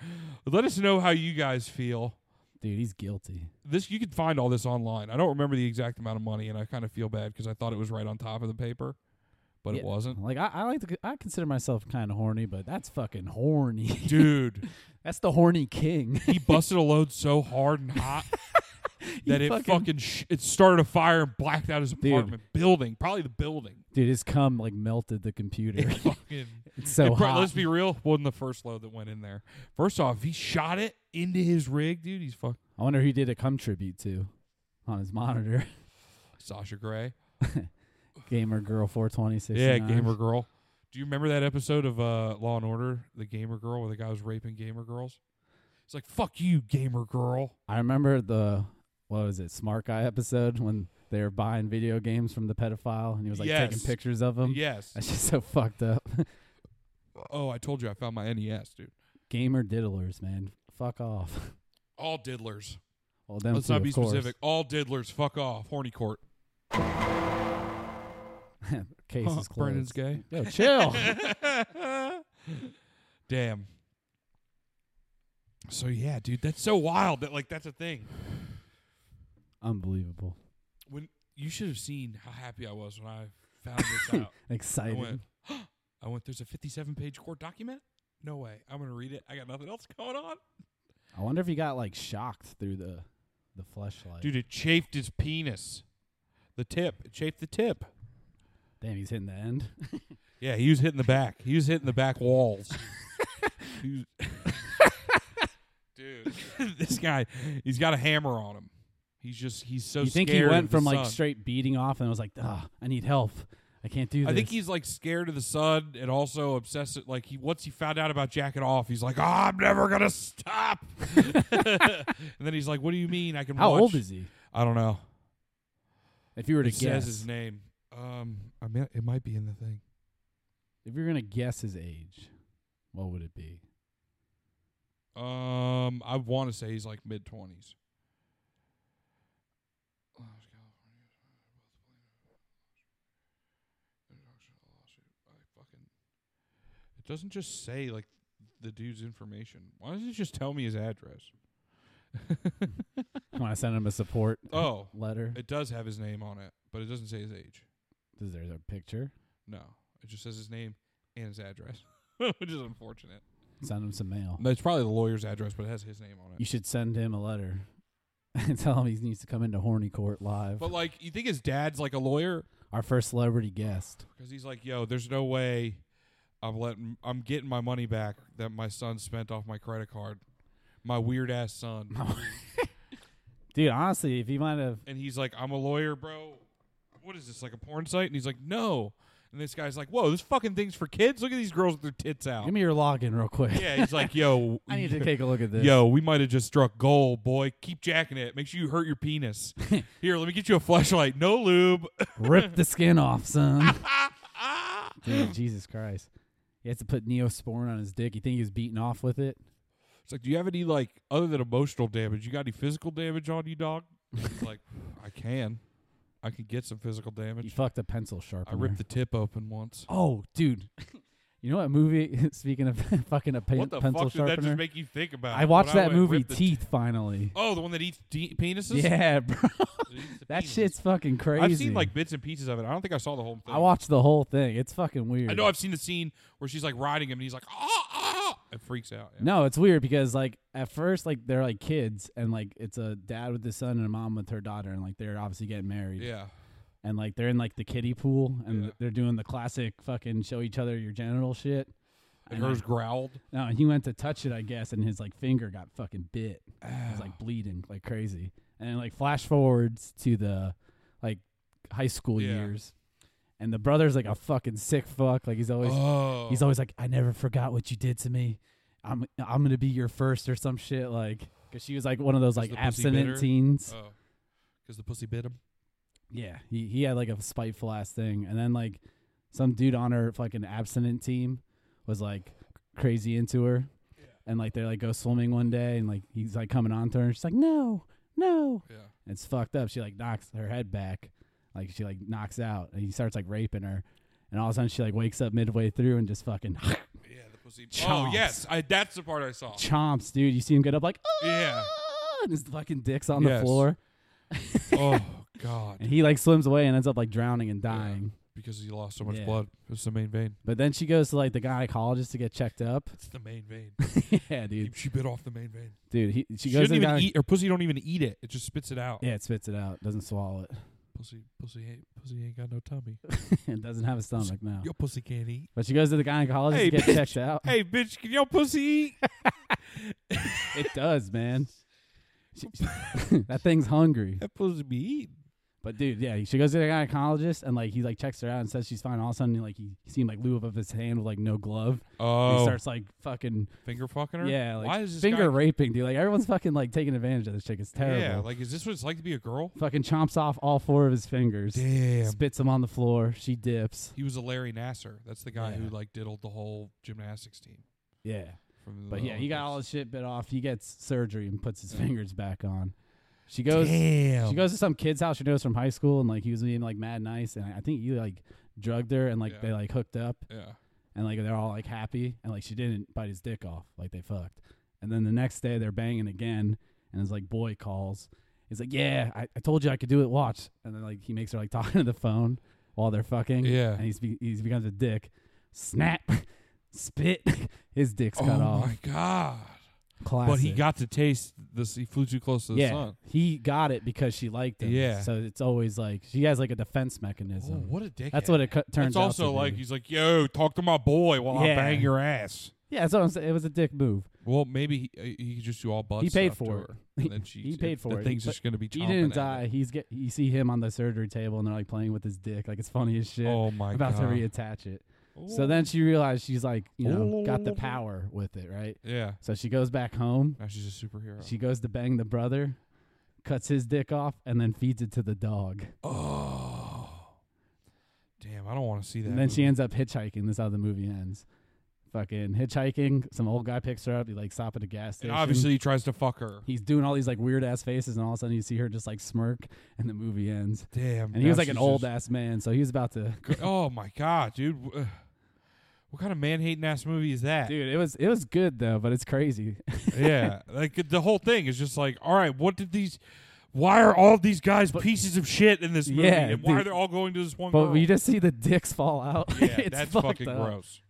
Let us know how you guys feel. dude, he's guilty. This you can find all this online. I don't remember the exact amount of money, and I kind of feel bad because I thought it was right on top of the paper, but it Yeah. wasn't. Like I, I like to, I consider myself kind of horny, but that's fucking horny. Dude, that's the horny king. he busted a load so hard and hot that it fucking- fucking, sh- it started a fire and blacked out his Dude. apartment building, probably the building. dude, his cum like melted the computer. It fucking it's so it pro- hot. let's be real, wasn't the first load that went in there. First off, he shot it into his rig, dude. He's fuck I wonder who he did a cum tribute to on his monitor. Sasha Grey, Gamer Girl 426. yeah, gamer girl. Do you remember that episode of uh, Law and Order, the gamer girl, where the guy was raping gamer girls? It's like fuck you, gamer girl. I remember the what was it, Smart Guy episode when they were buying video games from the pedophile and he was like taking Yes. pictures of them. yes. That's just so fucked up. Oh, I told you I found my NES, dude. Gamer diddlers, man. Fuck off. All diddlers. Well, them Let's two, not of be course. specific. All diddlers, fuck off. Horny court. Case Huh, is closed. Brennan's gay. Yo, chill. Damn. So yeah, dude, that's so wild that like that's a thing. Unbelievable. When you should have seen how happy I was when I found this out. I Exciting. went, I went. There's a 57 page court document. No way. I'm gonna read it. I got nothing else going on. I wonder if he got like shocked through the the fleshlight. Dude, it chafed his penis. The tip. It chafed the tip. Damn, he's hitting the end. Yeah, he was hitting the back. He was hitting the back walls. He was- Dude, this guy, he's got a hammer on him. He's just, he's so. you think he scared went of the from like sun. straight beating off and was like, "Ah, I need help. I can't do this." I think he's like scared of the sun and also obsessed. Like he once he found out about jacking off, he's like, "Oh, I'm never gonna stop." and then he's like, "What do you mean? I can." How watch- old is he? I don't know. If you were to It guess, says his name. Um, I mean, it might be in the thing. if you're gonna guess his age, what would it be? Um, I want to say he's like mid twenties. It doesn't just say like the dude's information. Why doesn't it just tell me his address? Want to send him a support Oh, letter? it does have his name on it, but it doesn't say his age. Is there a picture? No, it just says his name and his address, which is unfortunate. Send him some mail. It's probably the lawyer's address, but it has his name on it. You should send him a letter and tell him he needs to come into horny court live. But like, you think his dad's like a lawyer? our first celebrity guest. because he's like, "Yo, there's no way I'm letting I'm getting my money back that my son spent off my credit card, my weird ass son." Dude, honestly, if you might have and he's like, "I'm a lawyer, bro. What is this like a porn site?" And he's like, "No." And this guy's like, "Whoa, this fucking thing's for kids. Look at these girls with their tits out." give me your login real quick. yeah, he's like, "Yo, I need to take a look at this. Yo, we might have just struck gold, boy. Keep jacking it. Make sure you hurt your penis. Here, let me get you a flashlight. No lube. Rip the skin off, son. Dude, Jesus Christ. He has to put neosporin on his dick. You think he was beaten off with it? It's like, do you have any like other than emotional damage? You got any physical damage on you, dog? He's like, I can, I can get some physical He damage. fucked a pencil I sharpener. ripped the tip open once. oh, dude. you know what movie? Speaking of fucking a pen- what the pencil fuck sharpener, did that just make you think about? I watched When that went, movie ripped the Teeth finally. oh, the one that eats de- penises. Yeah, bro. It eats the That penis. shit's fucking crazy. I've seen like bits and pieces of it. I don't think I saw the whole thing. I watched the whole thing. It's fucking weird. I know I've seen the scene where she's like riding him and he's like, ah, ah, it freaks out. Yeah. No, it's weird because like at first like they're like kids and like it's a dad with his son and a mom with her daughter and like they're obviously getting married Yeah. and like they're in like the kiddie pool and Yeah. they're doing the classic fucking show each other your genital shit. And And, hers like, growled. no, and he went to touch it I guess and his like finger got fucking bit. It was like bleeding like crazy. And like flash forwards to the like high school Yeah. years. And the brother's like a fucking sick fuck. Like he's always oh. He's always like, I never forgot what you did to me. I'm I'm gonna be your first or some shit like. Cause she was like one of those like the pussy bitter? abstinent teens. Oh. Because the pussy bit him. yeah, he he had like a spiteful ass thing, and then like some dude on her fucking abstinent team was like crazy into her, and like they like go swimming one day, and like he's like coming on to her, and she's like, no, no, Yeah. and it's fucked up. She like knocks her head back, like she like knocks out, and he starts like raping her, and all of a sudden she like wakes up midway through and just fucking Yeah, the pussy. Oh Chomps. yes, I, that's the part I saw. chomps, dude. You see him get up like, oh, Yeah. and his fucking dick's on the Yes. floor, oh God, and he like swims away and ends up like drowning and Yeah. dying. because he lost so much Yeah. blood. It's the main vein. But then she goes to like the gynecologist to get checked up. It's the main vein. yeah, dude, She bit off the main vein. dude. He, she She, goes doesn't to the even gyne- eat. Her pussy don't even eat it. It just spits it out. Yeah, it spits it out. Doesn't swallow it. Pussy, pussy ain't, pussy ain't got no tummy. it doesn't have a stomach now. Your pussy can't eat. But she goes to the gynecologist Hey, to get bitch. checked out. Hey, bitch, can your pussy eat? It does, man. She- that thing's hungry. That pussy be eating. But dude, yeah, she goes to the gynecologist and like he like checks her out and says she's fine. All of a sudden, like he sees him like lube up his hand with like no glove. And Oh, He starts like fucking finger fucking her. Yeah, like why is this finger guy- raping, dude? Like everyone's fucking like taking advantage of this chick. It's terrible. Yeah, like is this what it's like to be a girl? fucking chomps off all four of his fingers, Damn. spits them on the floor. She dips. He was a Larry Nasser. That's the guy Yeah. who like diddled the whole gymnastics team. Yeah, From the but yeah, he got all Olympics. his shit bit off. He gets surgery and puts his fingers back on. She goes. Damn. She goes to some kid's house she knows from high school, and like he was being like mad nice, and I think he like drugged her, and like Yeah. they like hooked up, Yeah. and like they're all like happy, and like she didn't bite his dick off, like they fucked. And then the next day they're banging again, and his like boy calls. He's like, "Yeah, I, I told you I could do it. Watch." And then like he makes her like talking to the phone while they're fucking. Yeah. and he's be- he's becomes a dick. Snap, spit. his dick's cut oh off. my god! Classic. But he got to taste this. He flew too close to the yeah, sun. he got it because she liked him. Yeah. so it's always like she has like a defense Oh, mechanism. what a dick! That's what it cu- turns It's out. also to like be. he's like, "Yo, talk to my boy while I Yeah. bang your ass." yeah, that's what I'm saying. It was a dick move. Well, maybe he, uh, he could just do all butt. He paid stuff to for it. her, and then she He paid for the it. Thing's But just gonna be. He chomping didn't at die. it. He's get you see him on the surgery table and they're like playing with his dick, like it's funny as shit. Oh my about god! to reattach it. So then she realized she's like, you know, got the Ooh. power with it, right? yeah, So she goes back home. now she's a superhero. She goes to bang the brother, cuts his dick off, and then feeds it to the dog. oh, damn! I don't want to see that. and then she movie. ends up hitchhiking. This is how the movie ends. Fucking hitchhiking. Some old guy picks her up. He like stop at a gas And station. obviously, he tries to fuck her. he's doing all these like weird ass faces, and all of a sudden you see her just like smirk, and the movie ends. Damn! And he was now like an she's old just- ass man, so he was about to. oh my god, dude! Wh- What kind of man hating ass movie is that? Dude, it was it was good though, but it's crazy. yeah, like the whole thing is just like, all right, what did these? Why are all these guys pieces of shit in this movie? Yeah, and why are dude. they all going to this one? But girl? you just see the dicks fall out. yeah, It's that's fucked fucking up. gross.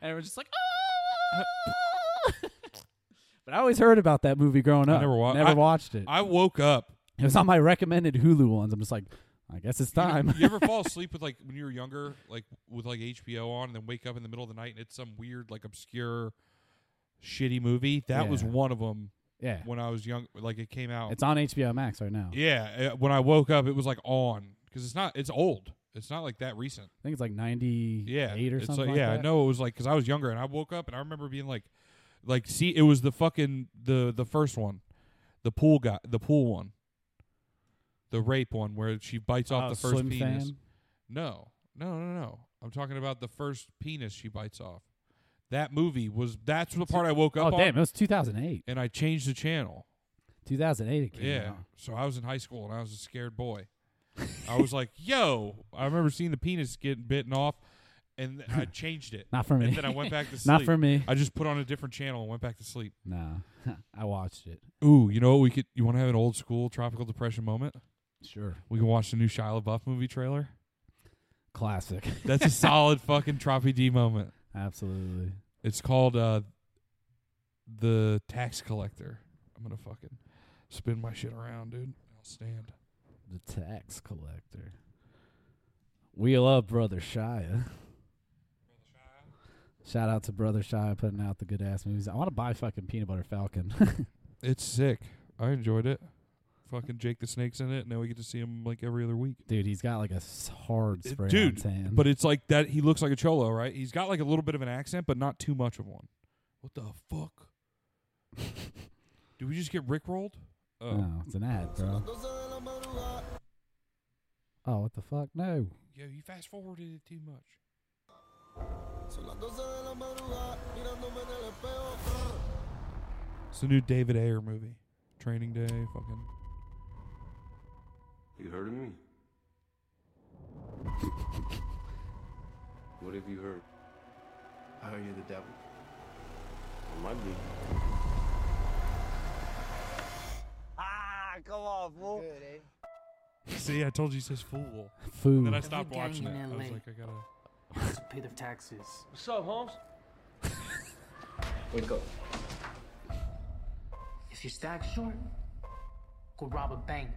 And we're just like, "Ah." but I always heard about that movie growing I up. never wa- I- watched it. I woke up. it was on my recommended Hulu ones. I'm just like, I guess it's You know, time. you ever fall asleep with like when you were younger, like with like HBO on, and then wake up in the middle of the night and it's some weird, like obscure, shitty movie? That was Yeah. one of them yeah, when I was young. Like it came out. it's on HBO Max right now. yeah, uh, when I woke up, it was like on because it's not. It's old. It's not like that recent. I think it's like ninety Yeah, eight or it's something. Like, like yeah, that. I know it was like because I was younger and I woke up and I remember being like, like, see, it was the fucking the the first one, the pool guy, the pool one, the rape one where she bites off Oh, the first Slim penis. Fan? No, no, no, no. I'm talking about the first penis she bites off. That movie was that's the part I woke up Oh on, damn, it was two thousand eight. and I changed the channel. Two thousand eight it came Yeah. out. So I was in high school and I was a scared boy. I was like, yo, I remember seeing the penis getting bitten off and I changed it. Not for me. And then I went back to sleep. Not for me. I just put on a different channel and went back to sleep. No, I watched it. Ooh, you know what we could you want to have an old school tropical depression moment? Sure, We can watch the new Shia LaBeouf movie trailer. classic. That's a solid fucking Troppy D moment. Absolutely. It's called uh The Tax Collector. I'm gonna fucking spin my shit around, dude. I'll stand. The tax collector. Wheel up, brother Shia. Shout out to brother Shia putting out the good ass movies. I want to buy fucking Peanut Butter Falcon. It's sick. I enjoyed it. Fucking Jake the Snake's in it. Now we get to see him like every other week. Dude, he's got like a s- hard Uh, spray dude, on tan. But it's like that. He looks like a cholo, right? He's got like a little bit of an accent, but not too much of one. What the fuck? Did we just get rickrolled? Oh, no, it's an ad, bro. Oh, what the fuck? No. yo, you fast forwarded it too much. It's a new David Ayer movie, Training Day. Fucking You heard of me? what have you heard? I heard you're the devil. I might be. see, I told you, he says fool. Food. Then I Every stopped day watching in it. I was LA. like, I gotta. has to pay their taxes. What's up, Holmes? Wake up. If you stack short, go rob a bank,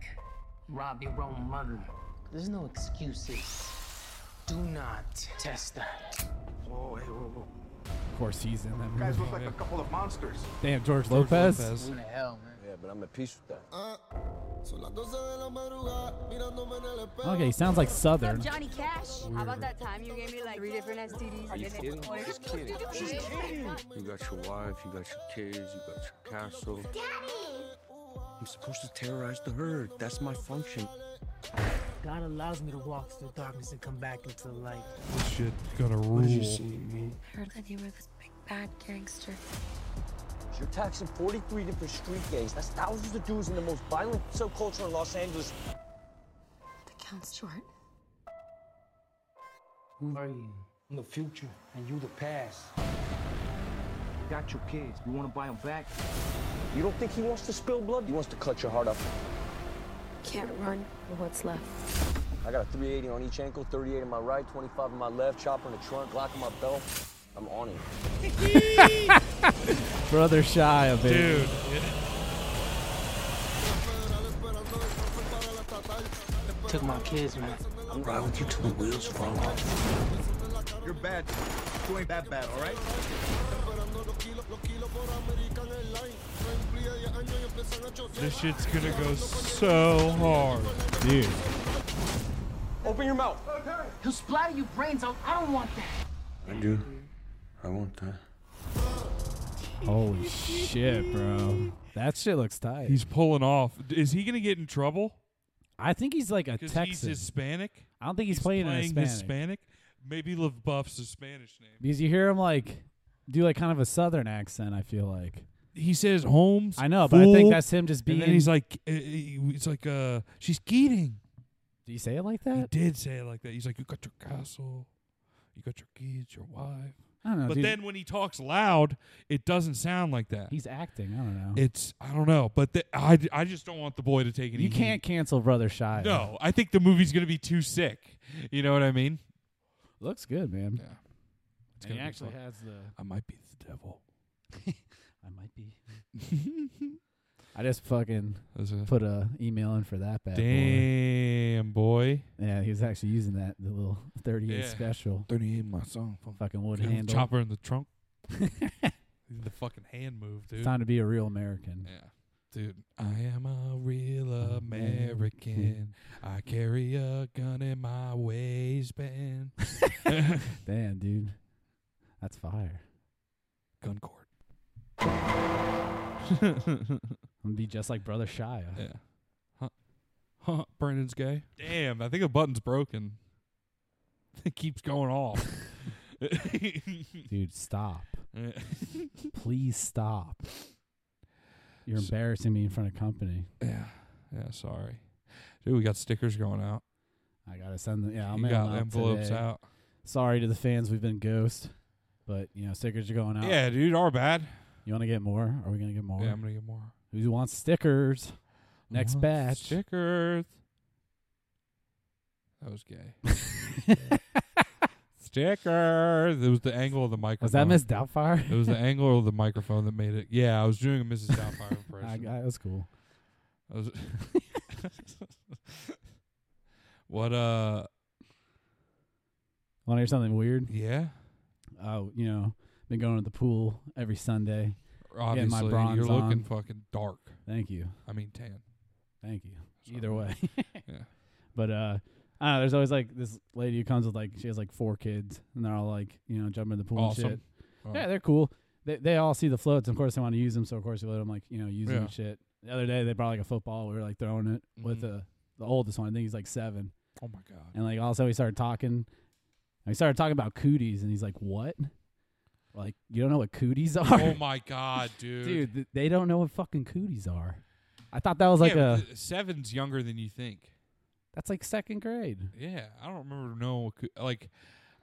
rob your own mother. There's no excuses. Do not test that. Whoa, hey, whoa, whoa. of course, he's in that You guys movie. look like a couple of monsters. Damn, George, Lopez. Who the hell, man? Yeah, but I'm at peace with that. Okay, he sounds like Southern. Johnny Cash. How about that time you gave me like three different STDs? Are you kidding? Just kidding. You got your wife, you got your kids, you got your castle. Daddy! I'm supposed to terrorize the herd. That's my function. God allows me to walk through darkness and come back into the light. This shit gonna rule. heard that you were this big bad gangster. You're taxing 43 different street gangs. That's thousands of dudes in the most violent subculture in Los Angeles. The count's short. Who are you? I'm the future, and you the past. Got your kids. You want to buy them back? You don't think he wants to spill blood? He wants to cut your heart up. Can't run for what's left. I got a 380 on each ankle, 38 in my right, 25 in my left, chopper in the trunk, lock in my belt. I'm on it. Brother Shia, baby. Dude. Took my kids, man. I'll ride with you till the wheels fall off. You're bad. You ain't that bad, all right? This shit's gonna go so hard. Dude. Open your mouth. He'll splatter your brains out. I don't want that. I do. I want that. Holy shit, bro. That shit looks tight. He's pulling off. D- Is he gonna get in trouble? I think he's like a Because Texan. he's Hispanic. I don't think he's, playing, in Hispanic. Hispanic. Maybe LaBeouf's a Spanish name. Because you hear him like do like kind of a southern accent, I feel like. He says Holmes. I know, but I think fool, that's him just being And then he's like, uh, uh, it's like, uh, she's Keating. Do you say it like He that? did say it like that. He's like, you got your castle, you got your kids, your wife. I don't know. But dude. then when he talks loud, it doesn't sound like that. he's acting, I don't know. it's I don't know, but the, I I just don't want the boy to take any. You can't heat. cancel Brother Shia. No, I think the movie's gonna be too sick. You know what I mean? Looks good, man. Yeah. It's And he gonna be actually fun. has the I might be the devil. I might be I just fucking That's a- put a email in for that bad boy. Damn, boy. Yeah, he was actually using that the little 38 Yeah. special 38 my song. fucking wood Got the handle. Chopper in the trunk. the fucking hand move, It's dude. time to be a real American. Yeah. Dude, I am a real American. I carry a gun in my waistband. Damn, dude, that's fire. gun cord. I'm gonna be just like Brother Shia. Yeah. Huh. Huh. Brandon's gay. Damn, I think a button's broken. It keeps going off. Dude, stop. Please stop. You're embarrassing me in front of company. Yeah. Yeah, sorry. Dude, we got stickers going out. I gotta send them. Yeah, I'll we mail 'em got out envelopes today. out. Sorry to the fans, we've been ghost, but you know stickers are going out. Yeah, dude, our bad. You want to get more? Are we gonna get more? Yeah, I'm gonna get more. Who wants stickers? Next More batch. Stickers. That was gay. stickers. It was the angle of the microphone. Was that Miss Doubtfire? It was the angle of the microphone that made it. Yeah, I was doing a Mrs. Doubtfire I, I, impression. that was cool. I was- what? Uh, Want to hear something weird? yeah. Oh, you know, been going to the pool every Sunday. Obviously, bronze you're looking on. fucking dark. Thank you, I mean, tan. thank you. Sorry. Either way, Yeah. But uh, I don't know. There's always like this lady who comes with like she has like four kids, and they're all like you know jumping in the pool Awesome. and shit. Oh. Yeah, they're cool. They they all see the floats. Of course, they want to use them. So of course, we let them like you know use them Yeah. and shit. The other day, they brought like a football. We were like throwing it with Mhm. the the oldest one. I think he's like seven. Oh my god. And like all of a sudden, we started talking. And we started talking about cooties, and he's like, "What? We're Like you don't know what cooties are, Oh my god, dude. dude? th- they don't know what fucking cooties are." I thought that was like yeah, a but the- seven's younger than you think. that's like second grade. Yeah, I don't remember. No, coo- like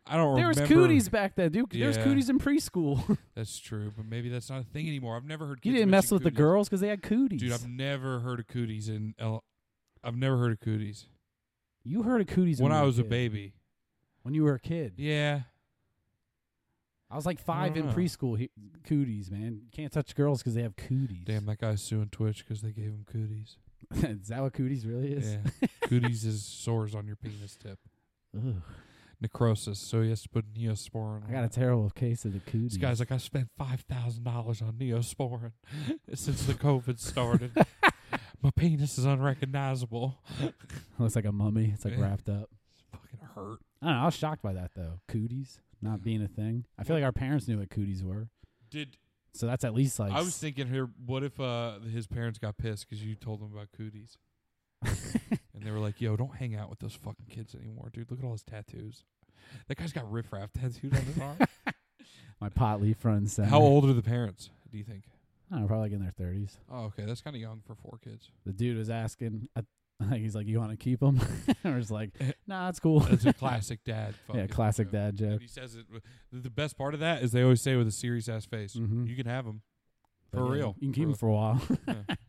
I don't There was remember. cooties back then, dude. There was Yeah. cooties in preschool. That's true, but maybe that's not a thing anymore. I've never heard. You kids didn't mess mention with the cooties. girls because they had cooties. dude. I've never heard of cooties in. El- I've never heard of cooties you heard of cooties when you I were was a kid. baby. When you were a kid, Yeah, I was like five in know. preschool. He, cooties, man, you can't touch girls because they have cooties. damn, that guy's suing Twitch because they gave him cooties. is that what cooties really is? Yeah, cooties is sores on your penis tip, Ugh. necrosis. So he has to put neosporin. I on got a it. terrible case of the cooties. This guy's like, I spent five thousand dollars on Neosporin since the COVID started. My penis is unrecognizable. looks like a mummy. It's like Yeah. wrapped up. Fucking hurt. I don't know. I was shocked by that though. Cooties not being a thing. I feel like our parents knew what cooties were, Did so that's at least like I was thinking here? What if uh, his parents got pissed because you told them about cooties, and they were like, "Yo, don't hang out with those fucking kids anymore, dude. Look at all his tattoos. That guy's got riffraff tattooed on his arm. my pot leaf friends. Center. How old are the parents? Do you think? I don't know, probably like in their thirties. Oh, okay, that's kind of young for four kids. the dude was asking, I I think he's like, "You want to keep him?" I was like, "Nah, it's cool." Eh, That's a classic dad. yeah, fucking uh, classic joke. dad joke. And he says it. w- The best part of that is they always say with a serious ass face, Mhm. "You can have him But for yeah, real. You can keep for him for a while. Yeah.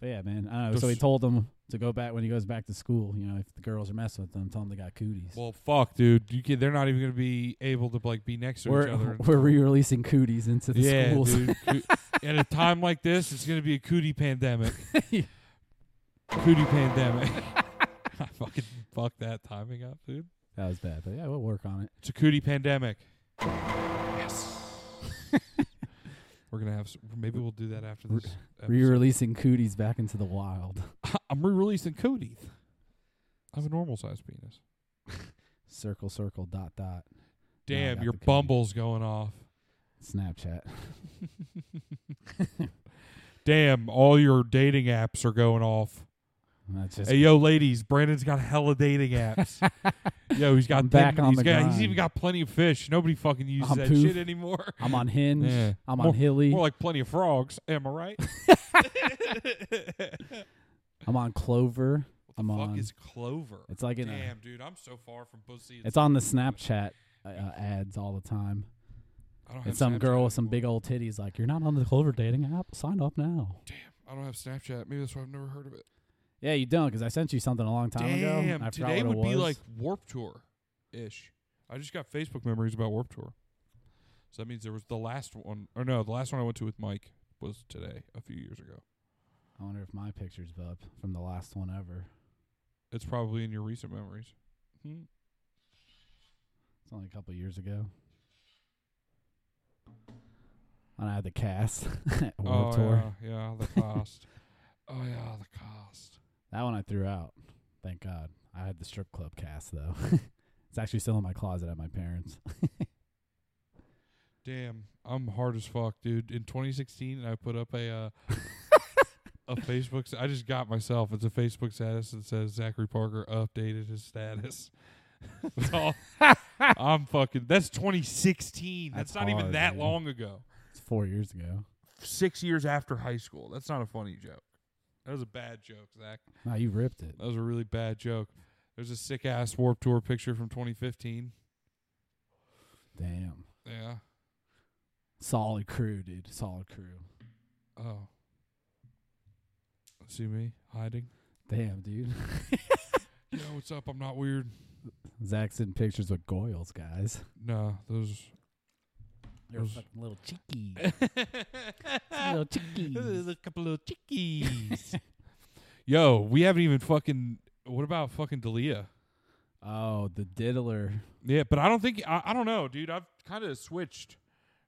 But yeah, man. I don't know. So he Those- told him to go back when he goes back to school. You know, if the girls are messing with them, tell them they got cooties. Well, fuck, dude. You can, they're not even gonna be able to like be next to each other. we're we're re-releasing cooties into the yeah, schools. dude. Coo- At a time like this, it's gonna be a cootie pandemic. cootie pandemic. I fucking fucked that timing up, dude. That was bad, but yeah, we'll work on it. It's a cootie pandemic. Yes. We're gonna have. s maybe we'll do that after this. episode. Re-releasing cooties back into the wild. I'm re-releasing cooties. I have a normal sized penis. Circle, circle, dot, dot. Now I Damn, got your the cootie. bumble's going off. Snapchat. Damn, all your dating apps are going off. And That's just Hey, yo, ladies, Brandon's got hella dating apps. yo, he's got I'm back them- on he's the got- He's grind. even got plenty of fish. Nobody fucking uses On that Poof. shit anymore. I'm on Hinge. Yeah. I'm on Hilly. More like plenty of frogs. Am I right? I'm on Clover. I'm Fuck on. is clover. it's like in a Damn, dude, I'm so far from pussy. It's on the Snapchat uh, uh, ads all the time. I don't have And some Snapchat girl with some anymore. big old titties like, "You're not on the Clover dating app. Sign up now." I don't have Snapchat. Maybe that's why I've never heard of it. Yeah, you don't, because I sent you something a long time ago. Damn, I forgot today what it would be was. like Warp Tour ish. I just got Facebook memories about Warp Tour. So that means there was the last one, or no, the last one I went to with Mike was today, a few years ago. I wonder if my picture's up from the last one ever. It's probably in your recent memories. Hmm. It's only a couple years ago. And I had the cast at World oh, Tour. Yeah, yeah, the cost. oh, yeah, the cost. That one I threw out. Thank God. I had the strip club cast though. it's actually still in my closet at my parents. Damn, I'm hard as fuck, dude. In 2016, I put up a uh, a Facebook. s- I just got myself. It's a Facebook status that says Zachary Parker updated his status. That's all. I'm fucking. That's 2016. That's, That's not even hard, that dude. long ago. it's four years ago. Six years after high school. That's not a funny joke. That was a bad joke, Zach. No, you ripped it. That was a really bad joke. There's a sick ass Warp Tour picture from 2015. Damn. Yeah. Solid crew, dude. Solid crew. Oh. See me hiding. Damn, dude. Yo, what's up? I'm not weird. Zach's in pictures with Goyles, guys. No, those. They're Those- fucking little cheeky. little cheeky. a couple little chickies. Yo, we haven't even fucking. What about fucking Dalia? Oh, the diddler. Yeah, but I don't think I, I don't know, dude. I've kind of switched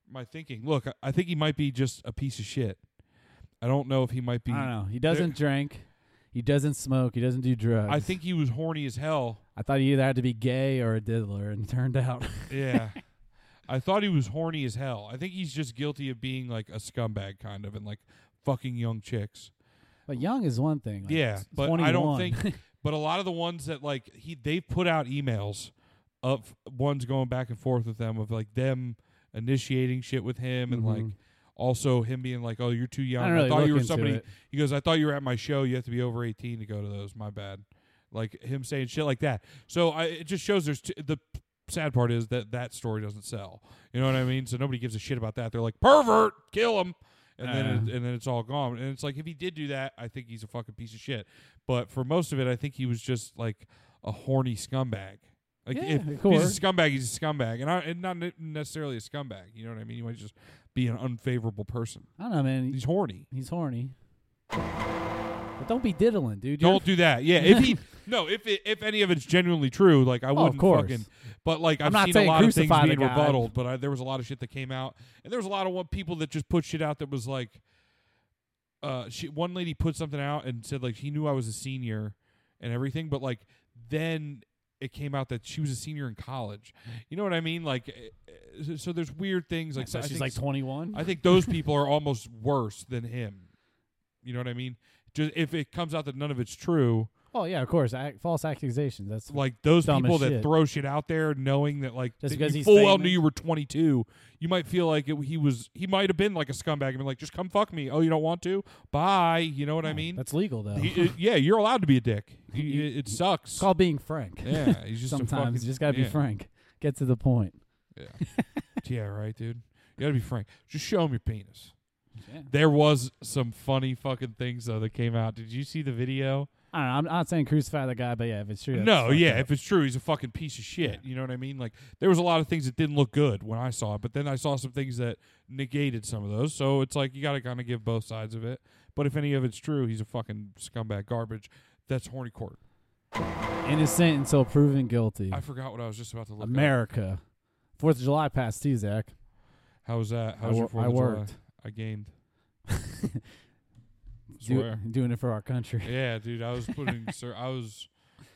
my thinking. Look, I, I think he might be just a piece of shit. I don't know if he might be. I don't know. He doesn't drink. He doesn't smoke. He doesn't do drugs. I think he was horny as hell. I thought he either had to be gay or a diddler, and turned out. Yeah. I thought he was horny as hell. I think he's just guilty of being like a scumbag kind of and like fucking young chicks. but young is one thing. like, yeah, s- but I don't 21. think but a lot of the ones that like he they've put out emails of ones going back and forth with them of like them initiating shit with him and like Mhm. also him being like, "Oh, you're too young. I don't really thought look you were into somebody." it. He goes, "I thought you were at my show. You have to be over 18 to go to those. My bad." Like him saying shit like that. So I, it just shows there's t- the p- sad part is that that story doesn't sell. You know what I mean? So nobody gives a shit about that. They're like, "Pervert, kill him." And then Yeah. it, and then it's all gone. And it's like if he did do that, I think he's a fucking piece of shit. But for most of it, I think he was just like a horny scumbag. Like Yeah, if, of if he's course. a scumbag, he's a scumbag, and, I, and not ne- necessarily a scumbag. You know what I mean? He might just be an unfavorable person. I don't know, man. He's horny. He's horny. But don't be diddling, dude. You're- Don't do that. Yeah, if he no, if it, if any of it's genuinely true, like I Oh, of wouldn't course. fucking. But like I've I'm not seen a saying lot of things crucify being the guy. rebutted, but I, there was a lot of shit that came out, and there was a lot of one, people that just put shit out that was like, uh, she, one lady put something out and said like she knew I was a senior and everything, but like then it came out that she was a senior in college. You know what I mean? Like, eh, eh, so there's weird things like so I she's think like 21. I think those people are almost worse than him. You know what I mean? Just if it comes out that none of it's true, oh yeah, of course. Ac- false accusations. That's like those Dumb as people that shit. throw shit out there, knowing that like Just that because you he's full well knew famous? you were 22, you might feel like it, he was he might have been like a scumbag and been like, just come fuck me. Oh, you don't want to? Bye. You know what I mean? that's legal though. He- it- yeah, you're allowed to be a dick. He- You- it, it sucks. it's called being frank. yeah, he's just a Sometimes fucking- you just gotta yeah. be frank. Get to the point. Yeah, right, dude. You gotta be frank. Just show him your penis. Yeah. There was some funny fucking things though that came out. Did you see the video? I don't know. I'm not saying crucify the guy, but yeah, if it's true. that's no, fucked yeah. up. If it's true, he's a fucking piece of shit. You know what I mean? Like there was a lot of things that didn't look good when I saw it, but then I saw some things that negated some of those. So it's like you got to kind of give both sides of it. But if any of it's true, he's a fucking scumbag garbage. That's horny court. Innocent until proven guilty. I forgot what I was just about to look. up. America. Fourth of July passed too, Zach. How was that? How I was your wor- Fourth I of July? worked. I gained. Do, Swear. doing it for our country. yeah, dude. I was putting. sir, I was.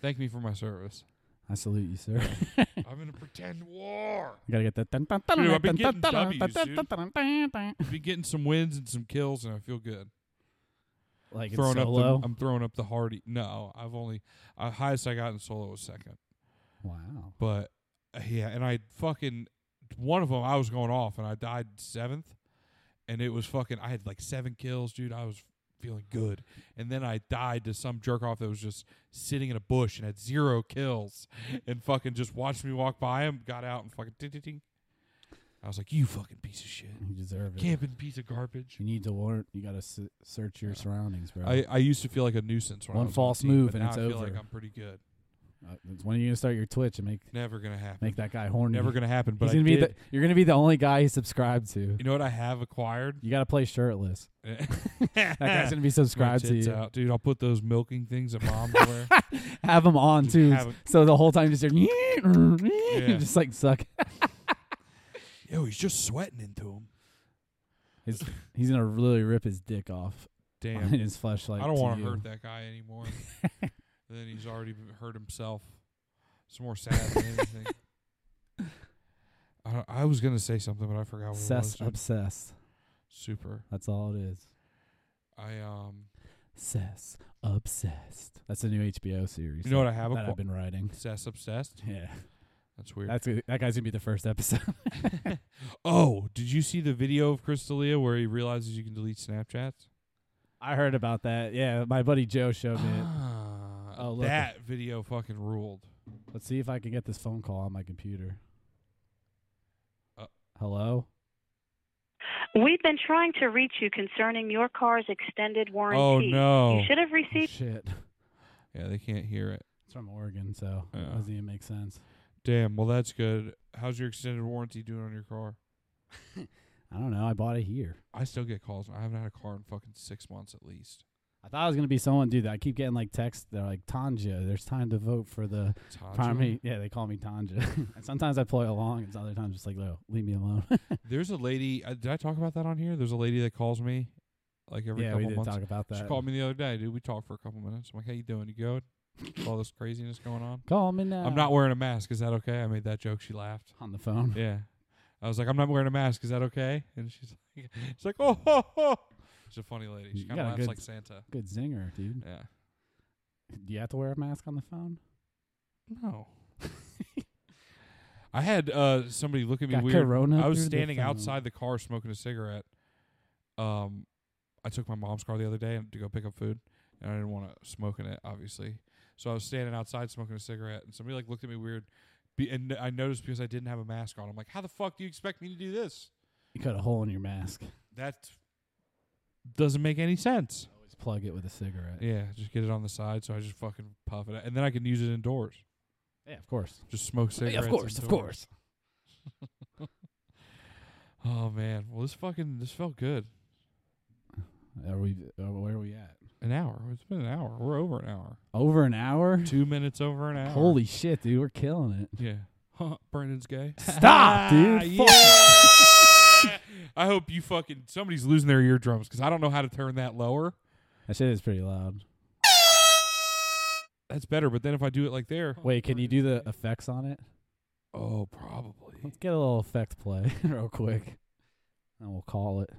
Thank me for my service. I salute you, sir. I'm in a pretend war. You gotta get that. Dun, dun, dun, Dude, I've been dun, getting dun, dun, W's, dun, dude. dun, dun, dun, dun. Be getting some wins and some kills, and I feel good. Like it's throwing up solo. the, I'm throwing up the Hardy. No, I've only uh, highest I got in solo was second, wow. but uh, yeah, and I fucking one of them I was going off and I died seventh, and it was fucking. I had like seven kills, dude. I was feeling good, and then I died to some jerk off that was just sitting in a bush and had zero kills, and fucking just watched me walk by him, got out and fucking. ding, ding, ding. I was like, you fucking piece of shit, You deserve it. camping piece of garbage. You need to warrant. You gotta s- search your surroundings, bro. I, I used to feel like a nuisance. When I One was on the false team, move but and now it's I feel over. like I'm pretty good. Uh, that's when are you gonna start your Twitch and make Never gonna happen. make that guy horny? Never gonna happen. But He's I gonna be did- the, you're gonna be the only guy he subscribed to. you know what I have acquired? You gotta play shirtless. that That guy's gonna be subscribed to you. out, dude. I'll put those milking things at mom's wear. Have him on too, have him- so the whole time you just hear just like suck. Yo, he's just sweating into him. He's, he's gonna really rip his dick off Damn. in his flashlight. I don't want to you. hurt that guy anymore. then he's already b- hurt himself. It's more sad than anything. I, I was gonna say something, but I forgot what Obsessed, it was. dude. obsessed. Super. That's all it is. I um. Obsessed, obsessed. That's a new HBO series. You know what that- I have a that qu- I've been writing. Obsessed, obsessed. Yeah, That's weird. that's that guy's gonna be the first episode. oh, did you see the video of Chris D'Elia where he realizes you can delete Snapchats? I heard about that. Yeah, my buddy Joe showed me. it. Ah, Oh, look. that video fucking ruled. Let's see if I can get this phone call on my computer. Uh. Hello. We've been trying to reach you concerning your car's extended warranty. Oh no! You should have Oh, received. shit. Yeah, they can't hear it. It's from Oregon, so it Yeah. doesn't even make sense. Damn. Well, that's good. How's your extended warranty doing on your car? I don't know. I bought it here. I still get calls. I haven't had a car in fucking six months at least. I thought it was gonna be someone do that. I keep getting like texts. They're like, "Tanja, there's time to vote for the Tanjiro? primary." Yeah, they call me Tanja. and sometimes I play along, and other times it's like, "No, leave me alone." There's a lady. Uh, did I talk about that on here? There's a lady that calls me like every yeah, we couple did months. talk about that. She called me the other day, dude. We talked for a couple minutes. I'm like, how you doing? You good? With All this craziness going on. Call me now. I'm not wearing a mask. Is that okay? I made that joke. She laughed. on the phone. Yeah. I was like, I'm not wearing a mask. Is that okay? And she's like, she's like, oh, ho, ho. she's a funny lady. She You kind got a of laughs good- like Santa. Good zinger, dude. Yeah. Do you have to wear a mask on the phone? No. I had uh, somebody look at me Got weird. corona I was through the standing phone. outside the car smoking a cigarette. Um, I took my mom's car the other day to go pick up food, and I didn't want to smoke in it, obviously. So I was standing outside smoking a cigarette, and somebody like looked at me weird. Be- and I noticed because I didn't have a mask on. I'm like, how the fuck do you expect me to do this? You cut a hole in your mask. That doesn't make any sense. Always plug it with a cigarette. Yeah, just get it on the side, so I just fucking puff it, out. and then I can use it indoors. Yeah, of course. Just smoke cigarettes. Yeah, of course, of indoors. course. Oh man, well this fucking this felt good. Are we? Uh, where are we at? An hour. It's been an hour. We're over an hour. Over an hour. Two minutes over an hour. Holy shit, dude, we're killing it. Yeah. Huh, Brandon's gay. Stop, dude. Fuck. Yeah. I hope you fucking somebody's losing their eardrums because I don't know how to turn that lower. That shit is pretty loud. That's better. But then if I do it like there, Wait, can you do the effects on it? oh, probably. Let's get a little effect play real quick, and we'll call it.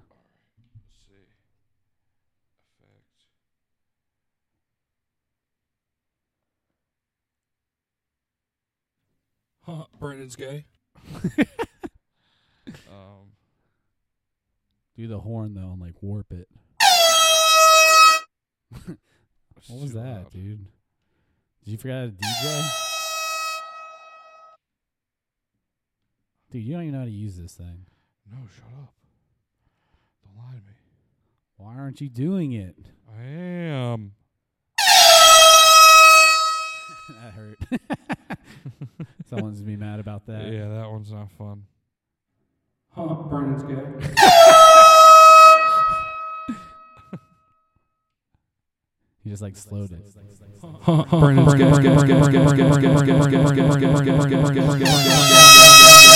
Huh, Brandon's gay. um, Do the horn though, and like warp it. it's What was too that, loud. dude? Did you forget how to DJ? Dude, you don't even know how to use this thing. No, shut up. Don't lie to me. Why aren't you doing it? I am. that hurt. Someone's gonna be mad about that. yeah, that one's not fun. Huh, Brennan's gay. He just like slowed it. Brennan's gay.